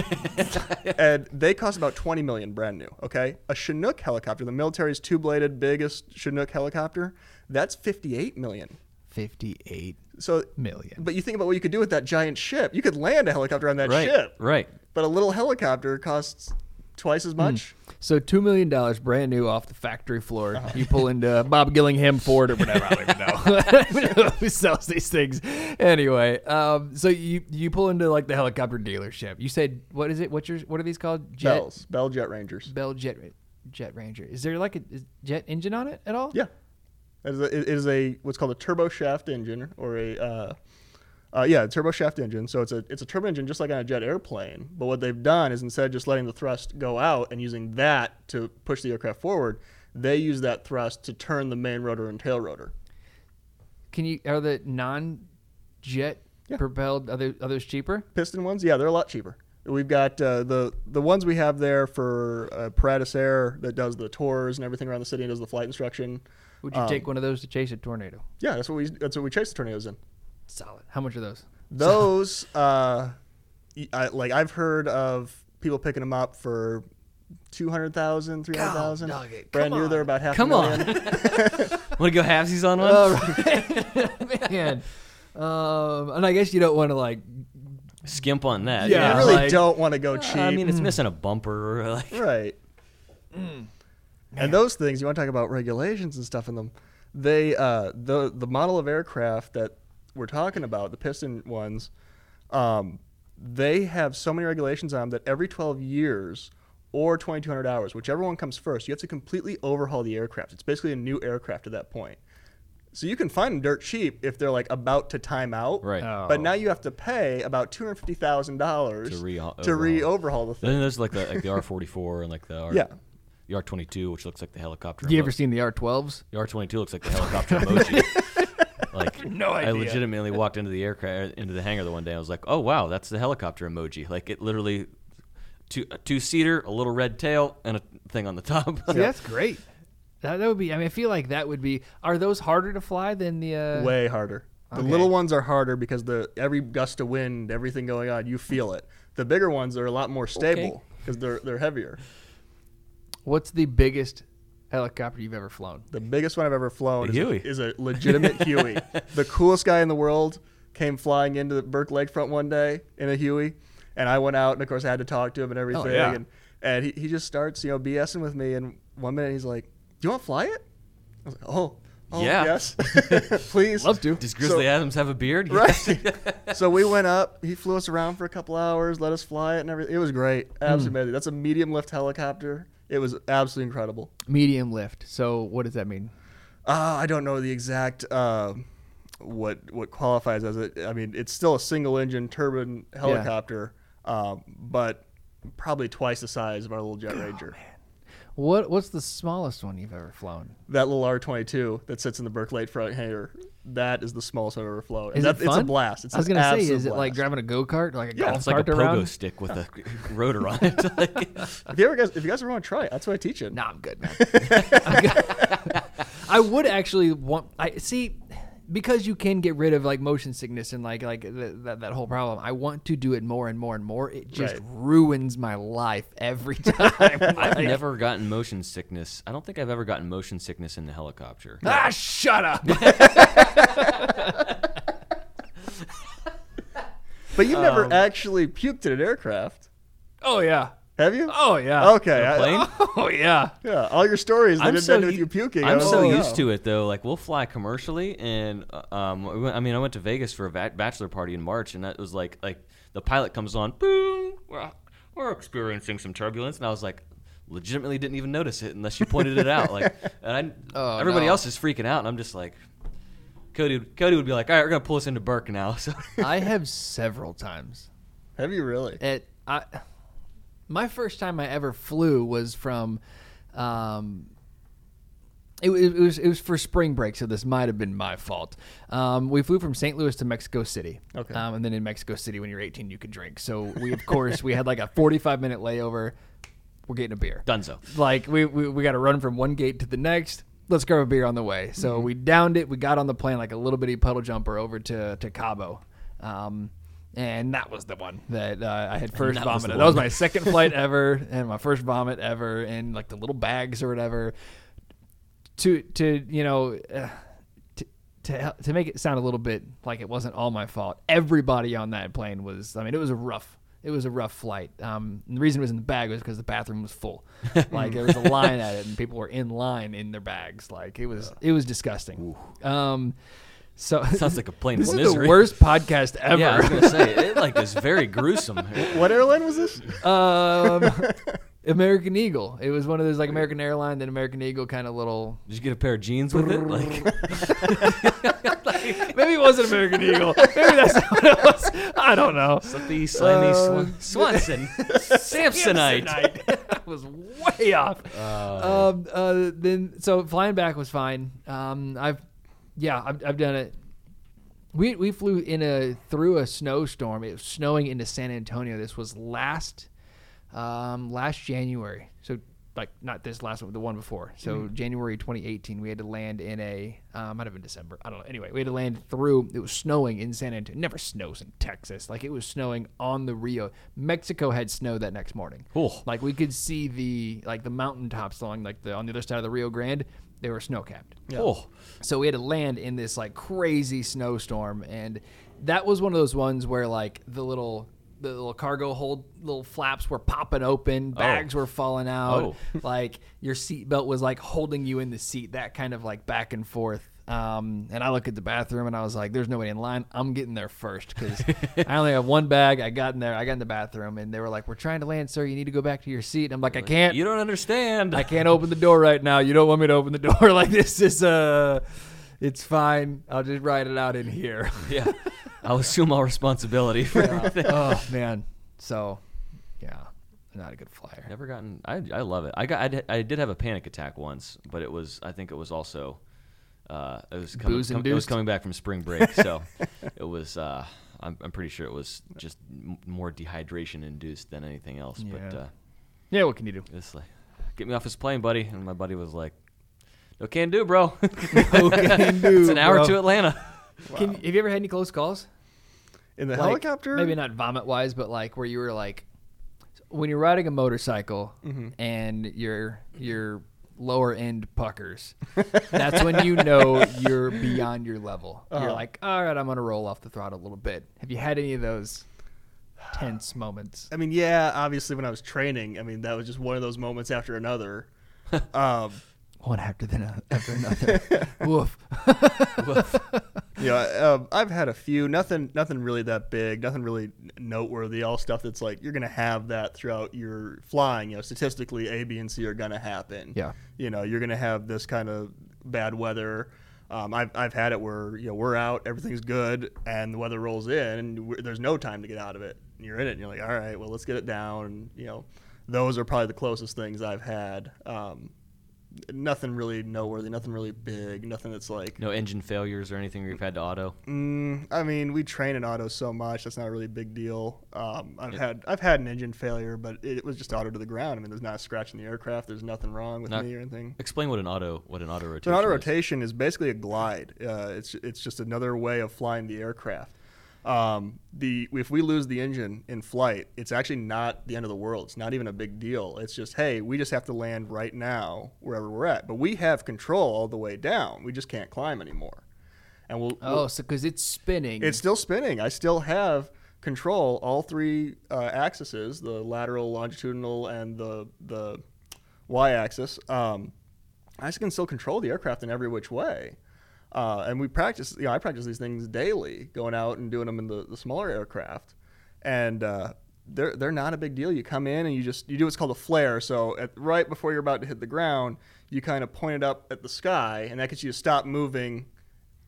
[SPEAKER 3] and they cost about 20 million brand new. Okay. A Chinook helicopter, the military's two bladed biggest Chinook helicopter, that's 58 million.
[SPEAKER 1] Fifty-eight
[SPEAKER 3] So,
[SPEAKER 1] million.
[SPEAKER 3] but you think about what you could do with that giant ship. You could land a helicopter on that
[SPEAKER 2] right.
[SPEAKER 3] ship.
[SPEAKER 2] Right.
[SPEAKER 3] But a little helicopter costs twice as much.
[SPEAKER 1] So two million dollars, brand new, off the factory floor.
[SPEAKER 3] Uh-huh.
[SPEAKER 1] You pull into Bob Gillingham Ford or whatever. I don't even know. I don't know who sells these things. Anyway, um, so you you pull into like the helicopter dealership. You said what is it? What's your what are these called? Jet
[SPEAKER 3] Bells, Bell Jet Rangers.
[SPEAKER 1] Bell Jet Jet Ranger. Is there like a is jet engine on it at all?
[SPEAKER 3] Yeah, it is a, it is a what's called a turboshaft engine or a uh, uh, yeah a turboshaft engine. So it's a it's a turbo engine just like on a jet airplane. But what they've done is instead of just letting the thrust go out and using that to push the aircraft forward, they use that thrust to turn the main rotor and tail rotor.
[SPEAKER 1] Can you are the non jet
[SPEAKER 3] Yeah.
[SPEAKER 1] propelled are, there, are those cheaper?
[SPEAKER 3] Piston ones, yeah, they're a lot cheaper. We've got uh, the the ones we have there for uh, Paratus Air that does the tours and everything around the city and does the flight instruction.
[SPEAKER 1] Would you take one of those to chase a tornado?
[SPEAKER 3] Yeah, that's what we that's what we chase the tornadoes in.
[SPEAKER 1] Solid. How much are those?
[SPEAKER 3] Those, uh, y- I, like I've heard of people picking them up for 200,000, 300,000.
[SPEAKER 1] dog it,
[SPEAKER 3] Brand
[SPEAKER 1] come
[SPEAKER 3] new, they're
[SPEAKER 1] on.
[SPEAKER 3] about half.
[SPEAKER 2] Come
[SPEAKER 3] a
[SPEAKER 2] on.
[SPEAKER 3] million.
[SPEAKER 2] Want to go halvesies on one?
[SPEAKER 3] Uh,
[SPEAKER 1] Man. Um, and I guess you don't want to like
[SPEAKER 2] Skimp on that.
[SPEAKER 1] Yeah,
[SPEAKER 3] you really
[SPEAKER 2] like,
[SPEAKER 3] don't want to go cheap, Mm.
[SPEAKER 2] I mean, it's missing a bumper. Or like,
[SPEAKER 3] right? And those things, you want to talk about regulations and stuff in them. They, uh, the the model of aircraft that we're talking about, the piston ones, um, they have so many regulations on them that every 12 years or 2200 hours, whichever one comes first, you have to completely overhaul the aircraft. It's basically a new aircraft at that point. So you can find them dirt cheap if they're like about to time out.
[SPEAKER 2] Right.
[SPEAKER 1] Oh.
[SPEAKER 3] But now you have to pay about two hundred fifty thousand dollars
[SPEAKER 2] To re-
[SPEAKER 3] to re-overhaul the thing.
[SPEAKER 2] Then there's like the like the R44 and like the R,
[SPEAKER 3] Yeah.
[SPEAKER 2] the R22, which looks like the helicopter.
[SPEAKER 1] You
[SPEAKER 2] emo-
[SPEAKER 1] ever seen the R12s?
[SPEAKER 2] the R22 looks like the helicopter emoji. Like
[SPEAKER 1] No
[SPEAKER 2] I
[SPEAKER 1] idea.
[SPEAKER 2] legitimately walked into the aircraft into the hangar the one day. I was like, oh wow, that's the helicopter emoji. Like it literally. Two, a two-seater, a little red tail, and a thing on the top.
[SPEAKER 1] See, that's great. That, that would be. I mean, I feel like that would be. Are those harder to fly than the? Uh,
[SPEAKER 3] Way harder. The
[SPEAKER 1] Okay.
[SPEAKER 3] little ones are harder because the every gust of wind, everything going on, you feel it. The bigger ones are a lot more stable because they're they're heavier.
[SPEAKER 1] What's the biggest helicopter you've ever flown?
[SPEAKER 3] The biggest one I've ever flown
[SPEAKER 2] The
[SPEAKER 3] is a,
[SPEAKER 2] Huey.
[SPEAKER 3] is a legitimate Huey. The coolest guy in the world came flying into the Burke Lakefront one day in a Huey, and I went out and of course I had to talk to him
[SPEAKER 2] Oh,
[SPEAKER 3] and everything.
[SPEAKER 1] yeah.
[SPEAKER 3] And and he, he just starts you know BSing with me, and one minute he's like, "Do you want to fly it?" I was like, "Oh, oh
[SPEAKER 2] Yeah.
[SPEAKER 3] yes, please,
[SPEAKER 1] Love to.
[SPEAKER 2] Does Grizzly Adams have a beard?
[SPEAKER 3] right. so we went up. He flew us around for a couple hours, let us fly it, and everything. It was great. Absolutely amazing. That's a medium lift helicopter. It was absolutely incredible.
[SPEAKER 1] Medium lift. So what does that mean?
[SPEAKER 3] Uh, I don't know the exact uh, what what qualifies as it. I mean, it's still a single engine turbine helicopter, um, but probably twice the size of our little Jet Ranger.
[SPEAKER 1] What What's the smallest one you've ever flown?
[SPEAKER 3] That little R twenty two that sits in the Berkeley front hangar. That is the smallest I've ever flown. And
[SPEAKER 1] Is
[SPEAKER 3] that,
[SPEAKER 1] it fun?
[SPEAKER 3] It's a blast. It's
[SPEAKER 1] I was
[SPEAKER 3] an
[SPEAKER 1] gonna say,
[SPEAKER 3] absolute
[SPEAKER 1] is it like
[SPEAKER 3] blast.
[SPEAKER 1] driving a go kart, like a
[SPEAKER 3] Yeah,
[SPEAKER 1] golf
[SPEAKER 2] It's like a
[SPEAKER 1] cart
[SPEAKER 2] pogo
[SPEAKER 1] around?
[SPEAKER 2] stick with a rotor on it. Like,
[SPEAKER 3] If you ever guys, if you guys ever want to try it, that's what I teach it.
[SPEAKER 1] Nah, I'm good, man. I'm good. I would actually want. I see because you can get rid of like motion sickness and like like th- that that whole problem. I want to do it more and more and more. It just
[SPEAKER 3] Right.
[SPEAKER 1] ruins my life every time.
[SPEAKER 2] I've
[SPEAKER 1] Like,
[SPEAKER 2] never gotten motion sickness. I don't think I've ever gotten motion sickness in the helicopter.
[SPEAKER 1] ah, shut up.
[SPEAKER 3] But you've never
[SPEAKER 2] Um,
[SPEAKER 3] actually puked at an aircraft,
[SPEAKER 1] Oh yeah.
[SPEAKER 3] have you?
[SPEAKER 1] Oh yeah.
[SPEAKER 3] okay. I-
[SPEAKER 2] Plane?
[SPEAKER 1] Oh yeah.
[SPEAKER 3] yeah, all your stories that
[SPEAKER 2] I'm
[SPEAKER 3] have
[SPEAKER 2] so
[SPEAKER 3] been with
[SPEAKER 2] u-
[SPEAKER 3] you puking. I
[SPEAKER 2] I'm
[SPEAKER 3] was
[SPEAKER 2] so
[SPEAKER 3] like,
[SPEAKER 2] used
[SPEAKER 3] oh.
[SPEAKER 2] to it though. Like we'll fly commercially, and uh, um, we went- I mean, I went to Vegas for a va- bachelor party in March, and that was like like the pilot comes on, boom, we're, we're experiencing some turbulence, and I was like. Legitimately didn't even notice it unless you pointed it out. Like, and I,
[SPEAKER 1] Oh,
[SPEAKER 2] everybody
[SPEAKER 1] no.
[SPEAKER 2] else is freaking out, and I'm just like, Cody. Cody would be like, "All right, we're gonna pull us into Burke now." So
[SPEAKER 1] I have several times.
[SPEAKER 3] Have you really?
[SPEAKER 1] It I my first time I ever flew was from um it, wa- it was it was for spring break, so this might have been my fault. Um, we flew from St. Louis to Mexico City,
[SPEAKER 3] Okay.
[SPEAKER 1] um, and then in Mexico City, when you're 18, you can drink. So we, of course, we had like a 45 minute layover. We're getting a beer.
[SPEAKER 2] Dunzo.
[SPEAKER 1] Like we we, we got to run from one gate to the next. Let's grab a beer on the way. So
[SPEAKER 2] Mm-hmm.
[SPEAKER 1] we downed it. We got on the plane like a little bitty puddle jumper over to to Cabo. Um, and that was the one that uh, I had first
[SPEAKER 2] that was the
[SPEAKER 1] vomited. That was
[SPEAKER 2] one.
[SPEAKER 1] my second flight ever, and my first vomit ever, and like the little bags or whatever to to you know uh, to, to hel- to make it sound a little bit like it wasn't all my fault. Everybody on that plane was. I mean, it was a rough. It was a rough flight. Um, and the reason it was in the bag was because the bathroom was full. like there was a line at it, and people were in line in their bags. Like it was it was disgusting. Um, so
[SPEAKER 2] sounds like a plane
[SPEAKER 1] this
[SPEAKER 2] of
[SPEAKER 1] is
[SPEAKER 2] misery.
[SPEAKER 1] the worst podcast ever.
[SPEAKER 2] yeah, I was gonna say it like is very gruesome.
[SPEAKER 3] What airline was this?
[SPEAKER 1] um, American Eagle. It was one of those like American Airline, then American Eagle kind of little
[SPEAKER 2] Did you get a pair of jeans with it? Like,
[SPEAKER 1] Maybe it wasn't American Eagle. Maybe that's not what it was. I don't know.
[SPEAKER 2] Slimy, slimy Swan- Swanson, Samsonite.
[SPEAKER 1] That was way off. Um, uh, then so flying back was fine. Um, I've yeah, I've, I've done it. We we flew in a through a snowstorm. It was snowing into San Antonio. This was last um, last January. So like not this last one, but the one before. So January 2018, we had to land in a um, might have been December. I don't know. Anyway, we had to land through. It was snowing in San Antonio. It never snows in Texas. Like it was snowing on the Rio. Mexico had snow that next morning.
[SPEAKER 2] Oh.
[SPEAKER 1] Like we could see the like the mountaintops along like the on the other side of the Rio Grande. They were snow capped.
[SPEAKER 2] Oh,
[SPEAKER 1] So we had to land in this like crazy snowstorm, and that was one of those ones where like the little the little cargo hold little flaps were popping open, bags were falling out,
[SPEAKER 2] Oh.
[SPEAKER 1] like your seatbelt was like holding you in the seat, that kind of like back and forth. Um, and I look at the bathroom and I was like, there's nobody in line. I'm getting there first because I only have one bag. I got in there. I got in the bathroom and they were like, we're trying to land, sir. You need to go back to your seat. And I'm like, I can't.
[SPEAKER 2] You don't understand.
[SPEAKER 1] I can't open the door right now. You don't want me to open the door like this is uh it's fine. I'll just write it out in here.
[SPEAKER 2] yeah. I'll assume all responsibility for everything.
[SPEAKER 1] oh man. So yeah. Not a good flyer.
[SPEAKER 2] Never gotten. I, I love it. I got. I did, I did have a panic attack once, but it was. I think it was also. Uh, it was coming.
[SPEAKER 1] Booze
[SPEAKER 2] com- it was
[SPEAKER 1] induced?
[SPEAKER 2] coming back from spring break, so it was. Uh, I'm, I'm pretty sure it was just m- more dehydration induced than anything else. But
[SPEAKER 1] Yeah.
[SPEAKER 2] uh,
[SPEAKER 1] Yeah, what can you do?
[SPEAKER 2] it's like, get me off this plane, buddy. And my buddy was like, "No can do, bro.
[SPEAKER 1] can do,
[SPEAKER 2] it's an hour
[SPEAKER 1] bro.
[SPEAKER 2] to Atlanta."
[SPEAKER 1] Can, have you ever had any close calls?
[SPEAKER 3] In the
[SPEAKER 1] Like,
[SPEAKER 3] helicopter?
[SPEAKER 1] Maybe not vomit wise, but like where you were like when you're riding a motorcycle
[SPEAKER 3] Mm-hmm.
[SPEAKER 1] and your your lower end puckers, that's when you know you're beyond your level.
[SPEAKER 3] Uh-huh.
[SPEAKER 1] You're like, all right, I'm gonna roll off the throttle a little bit. Have you had any of those tense moments?
[SPEAKER 3] I mean, yeah, obviously when I was training, I mean, that was just one of those moments after another. um,
[SPEAKER 1] One after the after another. Woof.
[SPEAKER 3] you know, um, I've had a few, nothing, nothing really that big, nothing really noteworthy, all stuff that's like, you're going to have that throughout your flying, you know, statistically A, B, and C are going to happen.
[SPEAKER 1] Yeah.
[SPEAKER 3] You know, you're going to have this kind of bad weather. Um, I've, I've had it where, you know, we're out, everything's good, and the weather rolls in, and we're, there's no time to get out of it. And you're in it, and you're like, all right, well, let's get it down. And, you know, those are probably the closest things I've had. Um, nothing really noteworthy, nothing really big, nothing that's like,
[SPEAKER 2] No engine failures or anything where you've had to auto.
[SPEAKER 3] Mm, I mean, we train in auto so much that's not really a big deal. Um, I've had I've had an engine failure, but it, was just auto to the ground. I mean, there's not a scratch in the aircraft. There's nothing wrong with
[SPEAKER 2] Not-
[SPEAKER 3] me or anything.
[SPEAKER 2] Explain what an auto what an auto
[SPEAKER 3] So
[SPEAKER 2] rotation.
[SPEAKER 3] an auto
[SPEAKER 2] is.
[SPEAKER 3] rotation is basically a glide. Uh, it's it's just another way of flying the aircraft. Um, the if we lose the engine in flight, it's actually not the end of the world. It's not even a big deal. It's just hey, we just have to land right now wherever we're at. But we have control all the way down. We just can't climb anymore. And we'll, we'll
[SPEAKER 1] Oh, so because it's spinning.
[SPEAKER 3] it's still spinning. I still have control all three uh, axes: the lateral, longitudinal, and the the y-axis. Um, I can still control the aircraft in every which way. Uh, and we practice. You know, I practice these things daily, going out and doing them in the, the smaller aircraft, and. Uh, they're, they're not a big deal. You come in and you just you do what's called a flare. So at, right before you're about to hit the ground, you kind of point it up at the sky, and that gets you to stop moving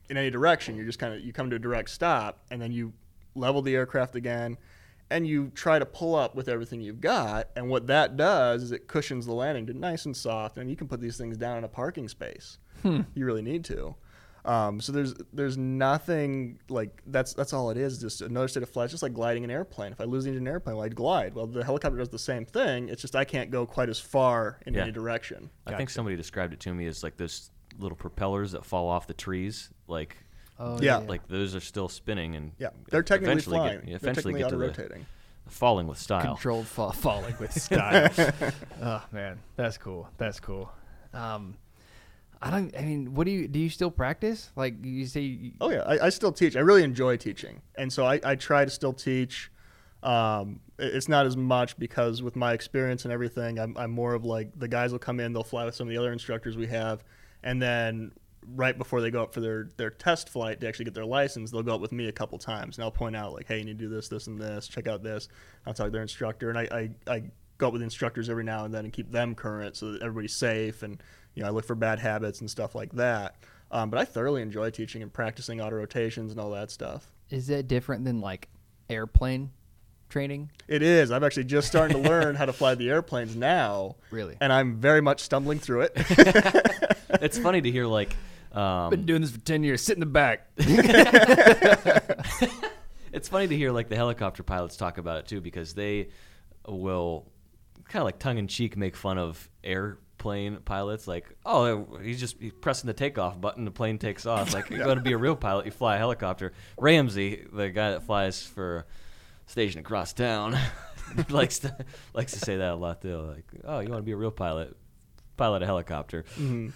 [SPEAKER 3] in any direction. You're just kind of you come to a direct stop, and then you level the aircraft again, and you try to pull up with everything you've got. And what that does is it cushions the landing to nice and soft, and you can put these things down in a parking space.
[SPEAKER 2] Hmm.
[SPEAKER 3] You really need to. Um, so there's there's nothing like that's that's all it is. Just another state of flight. It's just like gliding an airplane. If I lose the engine in an airplane, well, I'd glide. Well, the helicopter does the same thing. It's just I can't go quite as far in
[SPEAKER 2] Yeah.
[SPEAKER 3] any direction.
[SPEAKER 2] I think somebody described it to me as like those little propellers that fall off the trees, like
[SPEAKER 1] oh,
[SPEAKER 3] yeah,
[SPEAKER 2] like those are still spinning and
[SPEAKER 3] Yeah, they're technically
[SPEAKER 2] eventually
[SPEAKER 3] flying.
[SPEAKER 2] Get,
[SPEAKER 3] they're
[SPEAKER 2] eventually get
[SPEAKER 3] technically
[SPEAKER 2] to
[SPEAKER 3] auto
[SPEAKER 2] the
[SPEAKER 3] rotating.
[SPEAKER 2] falling with style.
[SPEAKER 1] controlled fall, falling with style. oh man, that's cool. That's cool. Um, I don't. I mean, what do you do? You still practice? Like you say, you,
[SPEAKER 3] Oh yeah, I, I still teach. I really enjoy teaching, and so I, I try to still teach. Um, it- it's not as much because with my experience and everything, I'm, I'm more of like the guys will come in, they'll fly with some of the other instructors we have, and then right before they go up for their, their test flight to actually get their license, they'll go up with me a couple times, and I'll point out like, hey, you need to do this, this, and this. Check out this. I'll talk to their instructor, and I, I, I go up with the instructors every now and then and keep them current so that everybody's safe, and you know I look for bad habits and stuff like that. Um, but I thoroughly enjoy teaching and practicing auto rotations and all that stuff.
[SPEAKER 1] is that different than like airplane training?
[SPEAKER 3] It is. I'm actually just starting to learn how to fly the airplanes now.
[SPEAKER 1] Really?
[SPEAKER 3] And I'm very much stumbling through it.
[SPEAKER 2] it's funny to hear like um,
[SPEAKER 1] doing this for ten years. Sit in the back.
[SPEAKER 2] it's funny to hear like the helicopter pilots talk about it too because they will kind of like tongue in cheek make fun of airplane pilots like oh he's just he's pressing the takeoff button the plane takes off like you're going to be a real pilot you fly a helicopter Ramsey the guy that flies for station across town likes to likes to say that a lot too like oh you want to be a real pilot pilot a helicopter
[SPEAKER 3] Mm-hmm.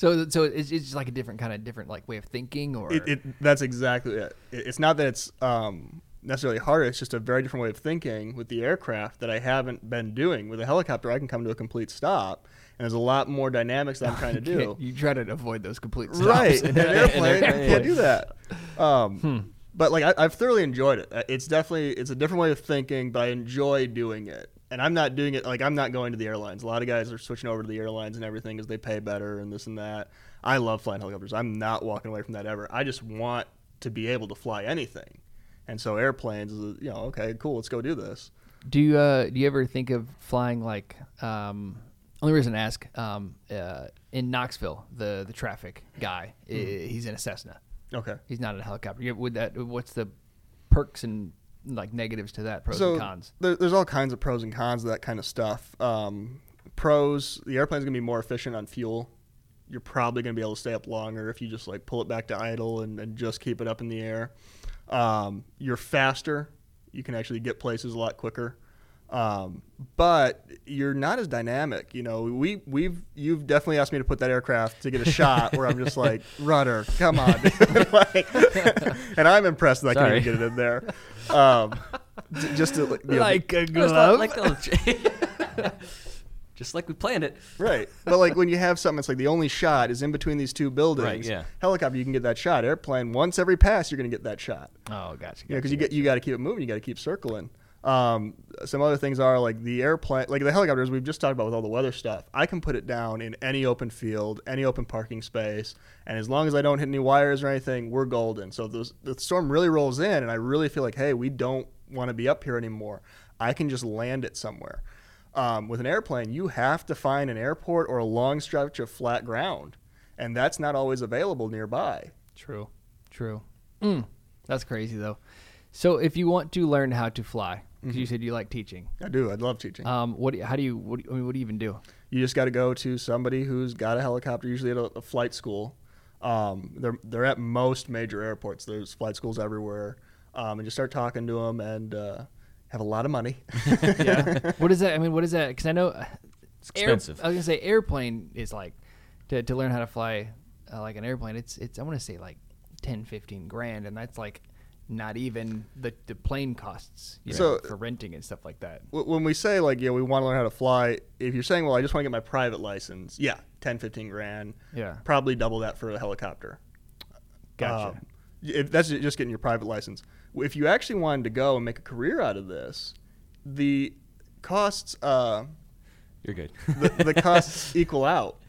[SPEAKER 1] so, so it's, it's just like a different kind of different like way of thinking, or
[SPEAKER 3] it, it, that's exactly it. it. It's not that it's um, necessarily harder. It's just a very different way of thinking with the aircraft that I haven't been doing. With a helicopter, I can come to a complete stop, and there's a lot more dynamics that I'm trying to do.
[SPEAKER 1] You try to avoid those complete stops.
[SPEAKER 3] Right, in an airplane, I
[SPEAKER 2] airplane.
[SPEAKER 3] can't do that. Um, But like, I, I've thoroughly enjoyed it. Uh, It's definitely it's a different way of thinking, but I enjoy doing it. And I'm not doing it like I'm not going to the airlines. A lot of guys are switching over to the airlines and everything because they pay better and this and that. I love flying helicopters. I'm not walking away from that ever. I just want to be able to fly anything. And so airplanes, is you know, okay, cool, let's go do this.
[SPEAKER 1] Do you uh, do you ever think of flying like? Um, only reason I ask um, uh, in Knoxville, the the traffic guy, i he's in a Cessna.
[SPEAKER 3] Okay.
[SPEAKER 1] He's not in a helicopter. You- Would that? What's the perks and like negatives to that? Pros and cons.
[SPEAKER 3] There, there's all kinds of pros and cons of that kind of stuff. Um, pros: the airplane's gonna be more efficient on fuel. You're probably gonna be able to stay up longer if you just like pull it back to idle and, and just keep it up in the air. Um, you're faster. You can actually get places a lot quicker. Um, but you're not as dynamic. You know, we we've you've definitely asked me to put that aircraft to get a shot where I'm just like rudder, come on, dude." Like, and I'm impressed that I
[SPEAKER 2] Sorry.
[SPEAKER 3] can even get it in there. Um, j- just to, like, you know,
[SPEAKER 1] a
[SPEAKER 2] Just like- like the little- Just like we planned it.
[SPEAKER 3] right. But like when you have something, it's like the only shot is in between these two buildings.
[SPEAKER 2] Right, yeah.
[SPEAKER 3] Helicopter, you can get that shot. Airplane, once every pass, you're going to get that shot.
[SPEAKER 1] Oh, gotcha.
[SPEAKER 3] You know,
[SPEAKER 1] gotcha.
[SPEAKER 3] because you get you got to keep it moving. You got to keep circling. Um, some other things are like the airplane, like the helicopters we've just talked about with all the weather stuff. I can put it down in any open field, any open parking space, and as long as I don't hit any wires or anything, we're golden. So if those, the storm really rolls in, and I really feel like, hey, we don't want to be up here anymore. I can just land it somewhere. Um, with an airplane, you have to find an airport or a long stretch of flat ground, and that's not always available nearby.
[SPEAKER 1] True. True. Mm, that's crazy though. So if you want to learn how to fly, because you said you like teaching,
[SPEAKER 3] I do. I'd love teaching.
[SPEAKER 1] um, what? Do you, how do you? What, do you- I mean, what do you even do?
[SPEAKER 3] You just got to go to somebody who's got a helicopter, usually at a, a flight school. Um, they're they're at most major airports. There's flight schools everywhere, um, and just start talking to them and uh, have a lot of money.
[SPEAKER 1] what is that? I mean, what is that? Because I know uh,
[SPEAKER 2] It's expensive.
[SPEAKER 1] Air, I was gonna say airplane is like to, to learn how to fly uh, like an airplane. It's it's I want to say like 10, 15 grand, and that's like not even the, the plane costs. You know,
[SPEAKER 3] So-
[SPEAKER 1] for renting and stuff like that.
[SPEAKER 3] Wh- when we say like yeah, we want to learn how to fly, if you're saying well, I just want to get my private license, yeah, 10, 15 grand,
[SPEAKER 1] Yeah.
[SPEAKER 3] probably double that for a helicopter.
[SPEAKER 1] Gotcha.
[SPEAKER 3] Um, if that's just getting your private license. If you actually wanted to go and make a career out of this, the costs. Uh,
[SPEAKER 2] You're good.
[SPEAKER 3] the, the costs equal out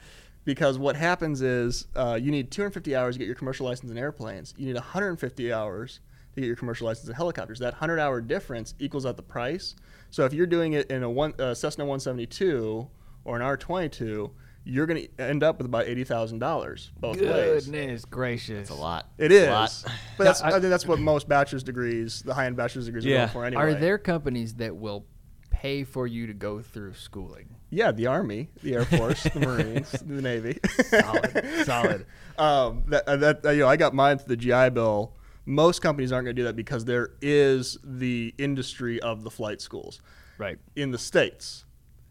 [SPEAKER 3] because what happens is uh, you need 250 hours to get your commercial license in airplanes. You need 150 hours to get your commercial license in helicopters. That 100 hour difference equals out the price. So if you're doing it in a one, uh, Cessna 172 or an R22, you're going to end up with about $80,000 both ways.
[SPEAKER 1] Goodness gracious,
[SPEAKER 2] It's a lot.
[SPEAKER 3] It
[SPEAKER 2] It's
[SPEAKER 3] is,
[SPEAKER 2] a lot.
[SPEAKER 3] but that's,
[SPEAKER 1] Yeah,
[SPEAKER 3] I,
[SPEAKER 1] I-
[SPEAKER 3] think that's what most bachelor's degrees, the high-end bachelor's degrees,
[SPEAKER 2] Yeah.
[SPEAKER 3] are going for anyway.
[SPEAKER 1] Are there companies that will pay for you to go through schooling?
[SPEAKER 3] Yeah, the Army, the Air Force, the Marines, the Navy.
[SPEAKER 1] Solid, solid.
[SPEAKER 3] Um, that, uh, that, uh, you know, I got mine through the GI Bill. Most companies aren't going to do that because there is the industry of the flight schools
[SPEAKER 1] Right.
[SPEAKER 3] in the states.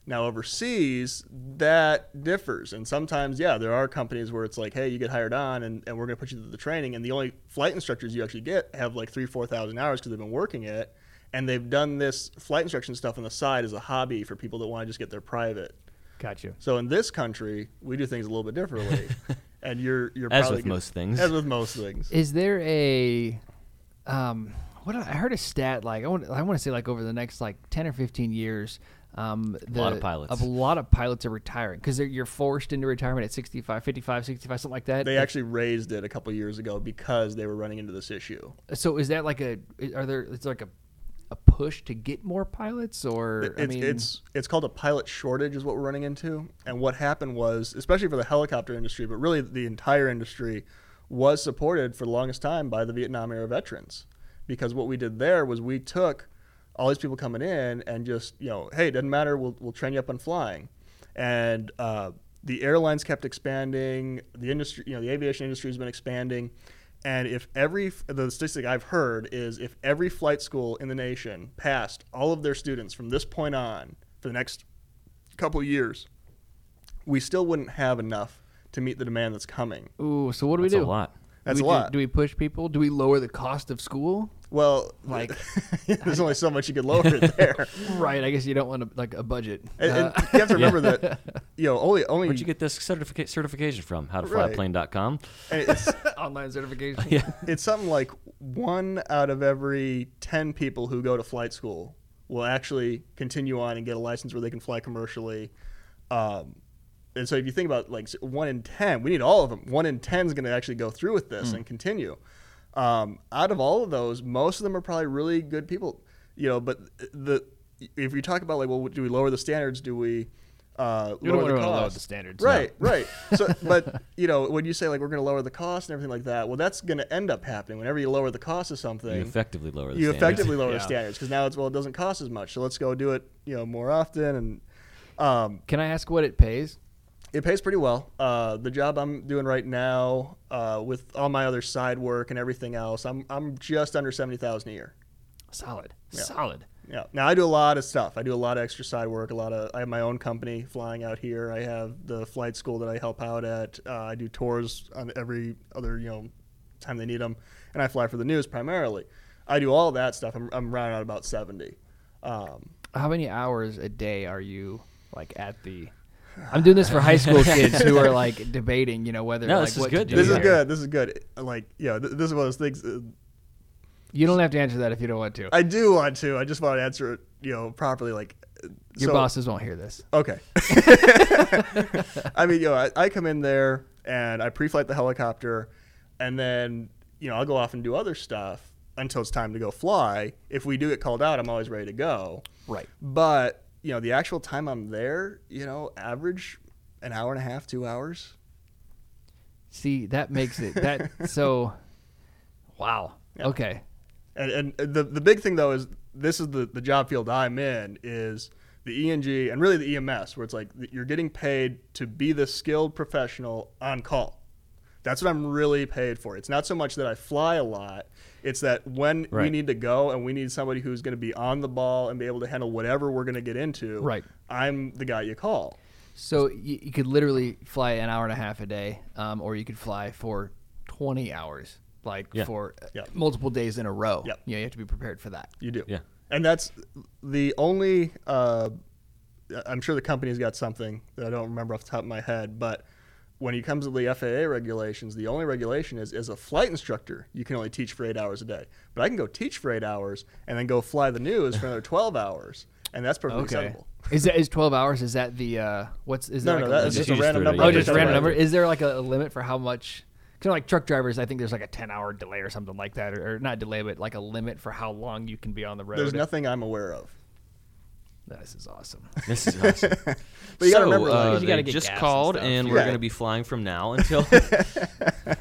[SPEAKER 3] Now overseas, that differs, and sometimes, yeah, there are companies where it's like, hey, you get hired on, and, and we're going to put you through the training, and the only flight instructors you actually get have like three, four thousand hours because they've been working it, and they've done this flight instruction stuff on the side as a hobby for people that want to just get their private.
[SPEAKER 1] Gotcha.
[SPEAKER 3] So in this country, we do things a little bit differently, and you're you're
[SPEAKER 2] As
[SPEAKER 3] probably
[SPEAKER 2] with
[SPEAKER 3] gonna-
[SPEAKER 2] most things.
[SPEAKER 3] As with most things,
[SPEAKER 1] Is there a um what did I I heard a stat like I want I want to say like over the next like 10 or 15 years um the,
[SPEAKER 2] lot of pilots.
[SPEAKER 1] a lot of pilots are retiring cuz you're forced into retirement at 65 55 65 something like that.
[SPEAKER 3] they actually raised it a couple years ago because they were running into this issue.
[SPEAKER 1] so is that like a are there it's like a a push to get more pilots or
[SPEAKER 3] It's,
[SPEAKER 1] I mean
[SPEAKER 3] it's it's called a pilot shortage is what we're running into. And what happened was, especially for the helicopter industry, but really the entire industry was supported for the longest time by the Vietnam era veterans. Because what we did there was we took all these people coming in and just, you know, hey, it doesn't matter, we'll, we'll train you up on flying. And uh, the airlines kept expanding, the industry, you know, the aviation industry has been expanding. And if every the statistic I've heard is if every flight school in the nation passed all of their students from this point on for the next couple of years, we still wouldn't have enough to meet the demand that's coming.
[SPEAKER 1] ooh so what do
[SPEAKER 2] It's
[SPEAKER 1] we
[SPEAKER 2] a
[SPEAKER 1] do?
[SPEAKER 2] lot.
[SPEAKER 1] Do we
[SPEAKER 3] That's a
[SPEAKER 1] ju-
[SPEAKER 3] lot.
[SPEAKER 1] Do we push people? Do we lower the cost of school?
[SPEAKER 3] Well,
[SPEAKER 1] Like-
[SPEAKER 3] there's only so much you could lower it there.
[SPEAKER 1] Right. I guess you don't want to, like a budget.
[SPEAKER 3] And,
[SPEAKER 1] Uh,
[SPEAKER 3] and you have to remember that, you know, only only
[SPEAKER 2] Where'd you get this certifica- certification from?
[SPEAKER 3] Right.
[SPEAKER 2] HowToFlyAPlane.com.
[SPEAKER 3] and it's,
[SPEAKER 1] online certification.
[SPEAKER 2] Yeah.
[SPEAKER 3] it's something like one out of every ten people who go to flight school will actually continue on and get a license where they can fly commercially. Um, and so, if you think about like s- one in ten, we need all of them. One in ten is going to actually go through with
[SPEAKER 1] Hmm.
[SPEAKER 3] this and continue. Um, out of all of those, most of them are probably really good people, you know. But the if you talk about like, well, do we lower the standards? Do we uh,
[SPEAKER 1] You don't
[SPEAKER 3] lower the
[SPEAKER 1] wanna lower
[SPEAKER 3] cost?
[SPEAKER 1] the standards,
[SPEAKER 3] right? right so but you know when you say like we're going to lower the cost and everything like that well that's going to end up happening whenever you lower the cost of something
[SPEAKER 2] You effectively lower the
[SPEAKER 3] you
[SPEAKER 2] standards.
[SPEAKER 3] effectively lower the
[SPEAKER 1] Yeah.
[SPEAKER 3] standards because now it's well it doesn't cost as much so let's go do it you know more often and um,
[SPEAKER 1] Can I ask what it pays?
[SPEAKER 3] it pays pretty well uh, the job i'm doing right now uh, with all my other side work and everything else i'm, I'm just under 70000 a year
[SPEAKER 1] Solid. Solid.
[SPEAKER 3] yeah. Now I do a lot of stuff. I do a lot of extra side work. A lot of I have my own company flying out here. I have the flight school that I help out at. Uh, I do tours on every other you know time they need them, and I fly for the news primarily. I do all that stuff. I'm, I'm rounding out about seventy. Um,
[SPEAKER 1] How many hours a day are you like at the? I'm doing this for high school kids who are like debating, you know, whether
[SPEAKER 2] No,
[SPEAKER 1] like
[SPEAKER 2] this is
[SPEAKER 1] what to
[SPEAKER 2] good,
[SPEAKER 1] do
[SPEAKER 2] dude.
[SPEAKER 3] this is
[SPEAKER 1] here.
[SPEAKER 3] good. This is good. Like yeah, th- this is one of those things. uh,
[SPEAKER 1] You don't have to answer that if you don't want to.
[SPEAKER 3] I do want to. I just want to answer it you know properly. Like uh,
[SPEAKER 1] Your
[SPEAKER 3] so-
[SPEAKER 1] bosses won't hear this.
[SPEAKER 3] Okay. I mean, you know, I, I come in there and I pre-flight the helicopter, and then you know I'll go off and do other stuff until it's time to go fly. If we do get called out, I'm always ready to go.
[SPEAKER 1] Right.
[SPEAKER 3] But you know, the actual time I'm there, you know, average an hour and a half, two hours.
[SPEAKER 1] See, that makes it that so. Wow. Okay.
[SPEAKER 3] And, and the the big thing though is this is the, the job field I'm in is the ENG and really the EMS where it's like th- you're getting paid to be the skilled professional on call. That's what I'm really paid for. It's not so much that I fly a lot. It's that when we
[SPEAKER 2] Right.
[SPEAKER 3] need to go and we need somebody who's going to be on the ball and be able to handle whatever we're going to get into.
[SPEAKER 1] Right.
[SPEAKER 3] I'm the guy you call.
[SPEAKER 1] So you, you could literally fly an hour and a half a day, um, or you could fly for 20 hours, like
[SPEAKER 2] Yeah.
[SPEAKER 1] for uh,
[SPEAKER 3] Yeah.
[SPEAKER 1] multiple days in a row.
[SPEAKER 3] Yeah.
[SPEAKER 1] You know, you have to be prepared for that.
[SPEAKER 3] You do.
[SPEAKER 2] Yeah.
[SPEAKER 3] And that's the only. Uh, I'm sure the company's got something that I don't remember off the top of my head, but when it comes to the FAA regulations, the only regulation is as a flight instructor, you can only teach for eight hours a day. But I can go teach for eight hours and then go fly the news for another 12 hours, and that's perfectly
[SPEAKER 1] Okay.
[SPEAKER 3] acceptable.
[SPEAKER 1] Is that is 12 hours? Is that the uh, what's is
[SPEAKER 3] No,
[SPEAKER 1] that
[SPEAKER 3] no,
[SPEAKER 1] like a
[SPEAKER 3] that is
[SPEAKER 1] limit?
[SPEAKER 3] just
[SPEAKER 2] You
[SPEAKER 3] a
[SPEAKER 2] just threw
[SPEAKER 3] random
[SPEAKER 2] it
[SPEAKER 3] number.
[SPEAKER 2] out
[SPEAKER 1] Oh,
[SPEAKER 2] Yeah,
[SPEAKER 1] just a
[SPEAKER 2] that's
[SPEAKER 1] random
[SPEAKER 2] right.
[SPEAKER 1] number. Is there like a, a limit for how much? Kind of like truck drivers, I think there's like a 10 hour delay or something like that, or, or not delay, but like a limit for how long you can be on the road.
[SPEAKER 3] There's nothing I'm aware of.
[SPEAKER 1] This is awesome.
[SPEAKER 2] This is awesome.
[SPEAKER 3] But you got
[SPEAKER 2] So,
[SPEAKER 3] to remember,
[SPEAKER 2] uh,
[SPEAKER 3] like,
[SPEAKER 1] you gotta
[SPEAKER 2] they
[SPEAKER 1] get
[SPEAKER 2] just
[SPEAKER 1] gas and
[SPEAKER 2] called,
[SPEAKER 1] stuff.
[SPEAKER 2] and, we're
[SPEAKER 3] Yeah.
[SPEAKER 2] going to be flying from now until.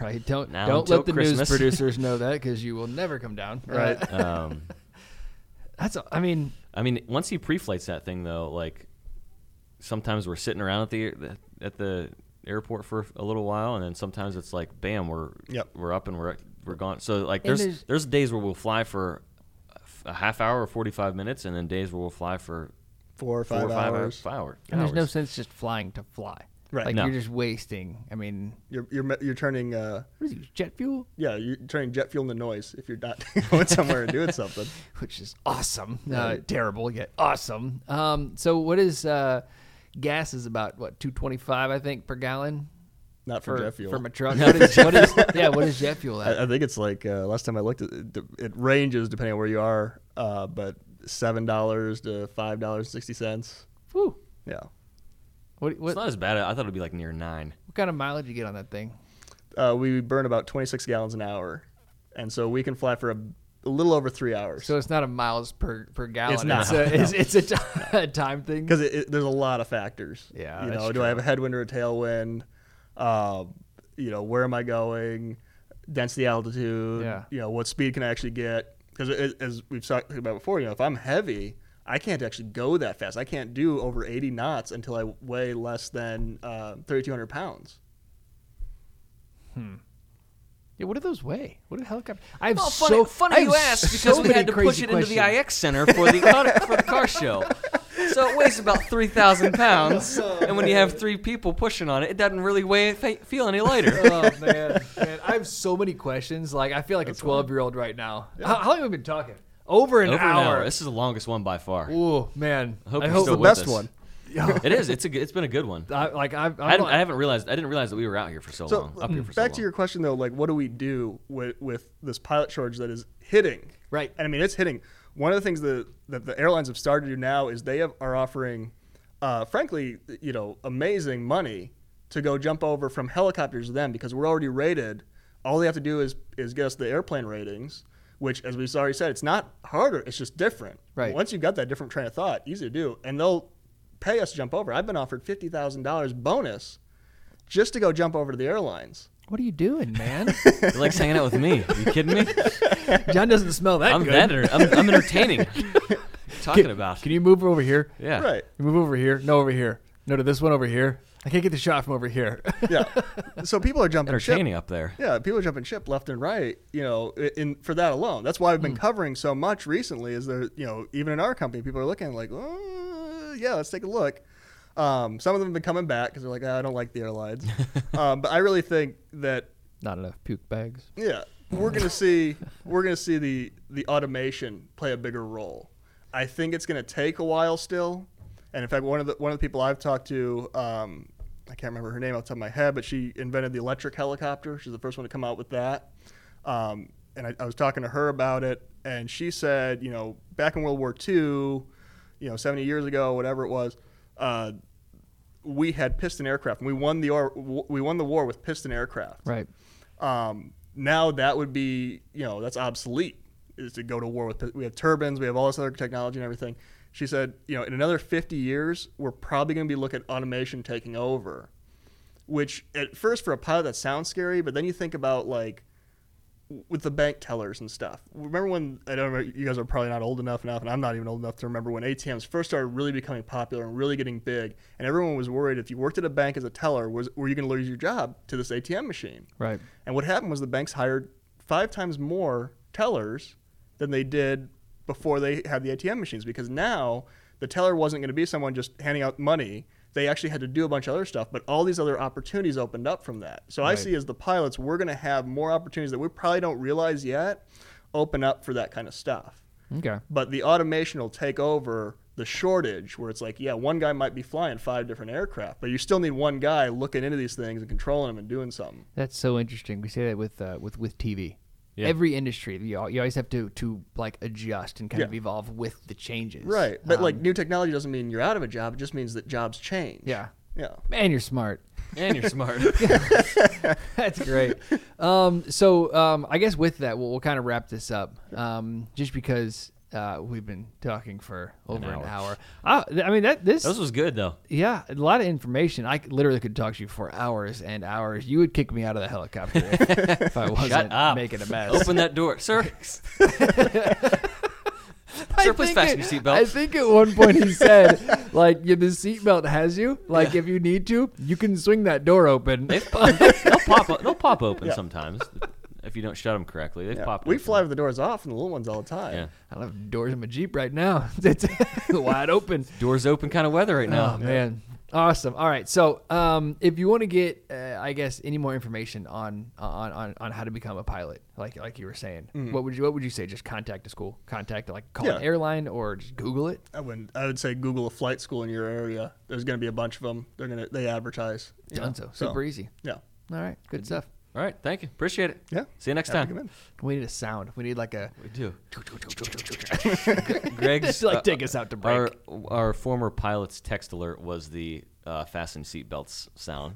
[SPEAKER 1] Right? Don't
[SPEAKER 2] Now
[SPEAKER 1] don't
[SPEAKER 2] until
[SPEAKER 1] let the news
[SPEAKER 2] Christmas.
[SPEAKER 1] producers know that because you will never come down.
[SPEAKER 3] Right.
[SPEAKER 1] Uh,
[SPEAKER 2] um,
[SPEAKER 1] that's. a- I mean,
[SPEAKER 2] I mean, once he pre-flights that thing though, like sometimes we're sitting around at the at the airport for a little while, and then sometimes it's like, bam, we're
[SPEAKER 3] Yep.
[SPEAKER 2] we're up and we're we're gone. So like, there's
[SPEAKER 1] there's-
[SPEAKER 2] there's, days where we'll fly for a half hour or forty five minutes, and then days where we'll fly for
[SPEAKER 3] four or
[SPEAKER 2] four
[SPEAKER 3] five,
[SPEAKER 2] or five
[SPEAKER 3] hours.
[SPEAKER 2] Five hour,
[SPEAKER 1] and there's no
[SPEAKER 2] hours.
[SPEAKER 1] sense just flying to fly.
[SPEAKER 3] Right.
[SPEAKER 1] Like
[SPEAKER 2] No.
[SPEAKER 1] you're just wasting. I mean,
[SPEAKER 3] You're, you're, me- you're turning, uh,
[SPEAKER 1] what is it? Jet fuel,
[SPEAKER 3] yeah, you're turning jet fuel into noise if you're not going somewhere and doing something.
[SPEAKER 1] which is awesome. Uh, terrible yet awesome. Um. So what is uh, gas is about what 225 I think per gallon.
[SPEAKER 3] Not for, jet fuel.
[SPEAKER 1] from a truck. What is, what is, yeah, what is jet fuel at?
[SPEAKER 3] I, I think it's like uh, last time I looked, it, it, it ranges depending on where you are, uh, but seven dollars to five dollars sixty cents.
[SPEAKER 1] Whew.
[SPEAKER 3] Yeah,
[SPEAKER 1] What, what,
[SPEAKER 2] It's not as bad. I thought it'd be like near nine.
[SPEAKER 1] what kind of mileage you get on that thing?
[SPEAKER 3] uh, we burn about twenty six gallons an hour, and so we can fly for a, a little over three hours
[SPEAKER 1] So it's not a miles per, per gallon.
[SPEAKER 3] not.
[SPEAKER 1] It's a, it's, it's a, ti- a time thing.
[SPEAKER 3] because it, it, there's a lot of factors.
[SPEAKER 1] Yeah,
[SPEAKER 3] you
[SPEAKER 1] that's
[SPEAKER 3] know, do I have a headwind or a tailwind? Um, you know, where am I going? Density, altitude.
[SPEAKER 1] Yeah.
[SPEAKER 3] You know, what speed can I actually get? Because as we've talked about before, you know, if I'm heavy, I can't actually go that fast. I can't do over 80 knots until I weigh less than uh, 3,200 pounds.
[SPEAKER 1] Yeah, what do those weigh? What do helicopters? I have
[SPEAKER 2] Well, funny,
[SPEAKER 1] so
[SPEAKER 2] funny
[SPEAKER 1] I have
[SPEAKER 2] you asked
[SPEAKER 1] so
[SPEAKER 2] because we
[SPEAKER 1] many
[SPEAKER 2] had to push
[SPEAKER 1] crazy
[SPEAKER 2] it into the
[SPEAKER 1] questions.
[SPEAKER 2] IX Center for the car, for the car show. So it weighs about three thousand pounds, and when you have three people pushing on it, it doesn't really weigh fe- feel any lighter.
[SPEAKER 1] Oh man, man. I have so many questions. Like I feel like a 12 year old right now. How, how long have we been talking? Over an
[SPEAKER 2] Over an
[SPEAKER 1] hour.
[SPEAKER 2] hour. This is the longest one by far.
[SPEAKER 1] Ooh man. I
[SPEAKER 2] hope
[SPEAKER 1] hope,
[SPEAKER 2] you're still
[SPEAKER 3] the
[SPEAKER 2] with
[SPEAKER 3] best
[SPEAKER 2] us.
[SPEAKER 3] one.
[SPEAKER 2] It is. It's a. good- It's been a good one.
[SPEAKER 1] I, like I, I'm
[SPEAKER 2] I, didn't,
[SPEAKER 1] not-
[SPEAKER 2] I haven't realized. I didn't realize that we were out here for so,
[SPEAKER 3] So mm,
[SPEAKER 2] long. Up here for so
[SPEAKER 3] back to
[SPEAKER 2] long.
[SPEAKER 3] your question though, like what do we do with with this pilot shortage that is hitting?
[SPEAKER 1] Right.
[SPEAKER 3] And I mean it's hitting. One of the things that that the airlines have started to do now is they have, are offering, uh, frankly, you know, amazing money to go jump over from helicopters to them because we're already rated. All they have to do is is get us the airplane ratings, which, as we've already said, it's not harder. It's just different.
[SPEAKER 1] Right.
[SPEAKER 3] Once you've got that different train of thought, easy to do, and they'll pay us to jump over. I've been offered fifty thousand dollars bonus just to go jump over to the airlines.
[SPEAKER 1] What are you doing, man?
[SPEAKER 2] He likes hanging out with me. Are you kidding me?
[SPEAKER 1] John doesn't smell that
[SPEAKER 2] I'm
[SPEAKER 1] good.
[SPEAKER 2] that. enter- I'm, I'm entertaining. What are you talking about.
[SPEAKER 1] Can you move over here?
[SPEAKER 2] yeah.
[SPEAKER 3] Right.
[SPEAKER 1] You move over here. No, over here. No, to this one over here. I can't get the shot from over here.
[SPEAKER 3] Yeah. so people are jumping ship.
[SPEAKER 2] Entertaining up there.
[SPEAKER 3] Yeah, people are jumping ship left and right. You know, i- in for that alone. That's why I've
[SPEAKER 2] Hmm.
[SPEAKER 3] been covering so much recently. Is there, you know, even in our company, people are looking like, oh, yeah, let's take a look. Um, some of them have been coming back because they're like, "Ah, I don't like the airlines. um, but I really think that
[SPEAKER 1] Not enough puke bags.
[SPEAKER 3] Yeah, we're gonna see we're gonna see the the automation play a bigger role. I think it's gonna take a while still. And in fact, one of the one of the people I've talked to, um, I can't remember her name off the top of my head, but she invented the electric helicopter. She's the first one to come out with that. Um, and I, I was talking to her about it, and she said, you know, back in World War II, you know, 70 years ago, whatever it was, uh, we had piston aircraft, and we won the or, we won the war with piston aircraft
[SPEAKER 1] Right.
[SPEAKER 3] um, now that would be you know that's obsolete is to go to war with we have turbines we have all this other technology and everything she said you know in another 50 years we're probably going to be looking at automation taking over which at first for a pilot that sounds scary but then you think about like with the bank tellers and stuff. Remember when I don't remember you guys are probably not old enough enough and I'm not even old enough to remember when ATMs first started really becoming popular and really getting big and everyone was worried if you worked at a bank as a teller was were you going to lose your job to this ATM machine.
[SPEAKER 1] Right.
[SPEAKER 3] And what happened was the banks hired 5 times more tellers than they did before they had the ATM machines because now the teller wasn't going to be someone just handing out money. They actually had to do a bunch of other stuff, but all these other opportunities opened up from that. So I
[SPEAKER 1] Right.
[SPEAKER 3] see as the pilots, we're going to have more opportunities that we probably don't realize yet open up for that kind of stuff.
[SPEAKER 1] Okay.
[SPEAKER 3] But the automation will take over the shortage where it's like, yeah, one guy might be flying five different aircraft, but you still need one guy looking into these things and controlling them and doing something.
[SPEAKER 1] That's so interesting. We say that with uh, with with TV.
[SPEAKER 2] Yeah.
[SPEAKER 1] Every industry, you, al- you always have to to like adjust and kind of
[SPEAKER 3] Yeah.
[SPEAKER 1] evolve with the changes.
[SPEAKER 3] Right. But
[SPEAKER 1] Um,
[SPEAKER 3] like new technology doesn't mean you're out of a job, it just means that jobs change.
[SPEAKER 1] yeah,
[SPEAKER 3] Yeah.
[SPEAKER 1] man, you're smart.
[SPEAKER 2] And you're smart.
[SPEAKER 1] That's great. Um, so um, I guess with that, we'll, we'll kind of wrap this up, um, just because uh, we've been talking for over an hour.
[SPEAKER 2] hour.
[SPEAKER 1] Ah, th- I mean that this,
[SPEAKER 2] This was good though.
[SPEAKER 1] yeah, a lot of information. I c- literally could talk to you for hours and hours. You would kick me out of the helicopter if, if I wasn't
[SPEAKER 2] Shut up.
[SPEAKER 1] making a mess.
[SPEAKER 2] Open that door, sir.
[SPEAKER 1] I
[SPEAKER 2] Sir, please
[SPEAKER 1] think
[SPEAKER 2] fasten
[SPEAKER 1] it-
[SPEAKER 2] your seatbelt.
[SPEAKER 1] I think at one point he said, like, yeah, the seatbelt has you. Like, if you need to, you can swing that door open.
[SPEAKER 2] They, will pop. o- They'll pop open sometimes if you don't shut them correctly. They
[SPEAKER 3] Yeah.
[SPEAKER 2] pop.
[SPEAKER 3] We
[SPEAKER 2] open.
[SPEAKER 3] fly with the doors off and the little ones all the time.
[SPEAKER 2] Yeah.
[SPEAKER 1] I have doors in my Jeep right now. It's wide open.
[SPEAKER 2] Doors open kind of weather right
[SPEAKER 1] Oh,
[SPEAKER 2] now.
[SPEAKER 1] man. Awesome. All right. So, um, if you want to get, uh, I guess, any more information on, on on on how to become a pilot, like like you were saying, what would you what would you say? Just contact a school, contact like call an
[SPEAKER 3] Yeah.
[SPEAKER 1] airline, or just Google it.
[SPEAKER 3] I wouldn't. I would say Google a flight school in your area. There's going to be a bunch of them. They're going to they advertise. you know,
[SPEAKER 1] Done so. Super easy.
[SPEAKER 3] Yeah.
[SPEAKER 1] All right. Good stuff.
[SPEAKER 2] All right. Thank you. Appreciate it.
[SPEAKER 3] Yeah.
[SPEAKER 2] See you next
[SPEAKER 3] Happy to
[SPEAKER 2] time.
[SPEAKER 3] come in.
[SPEAKER 1] We need a sound. We need like a
[SPEAKER 2] We do. Greg's uh,
[SPEAKER 1] like take us out to break.
[SPEAKER 2] Our our former pilot's text alert was the uh, fasten seatbelts sound.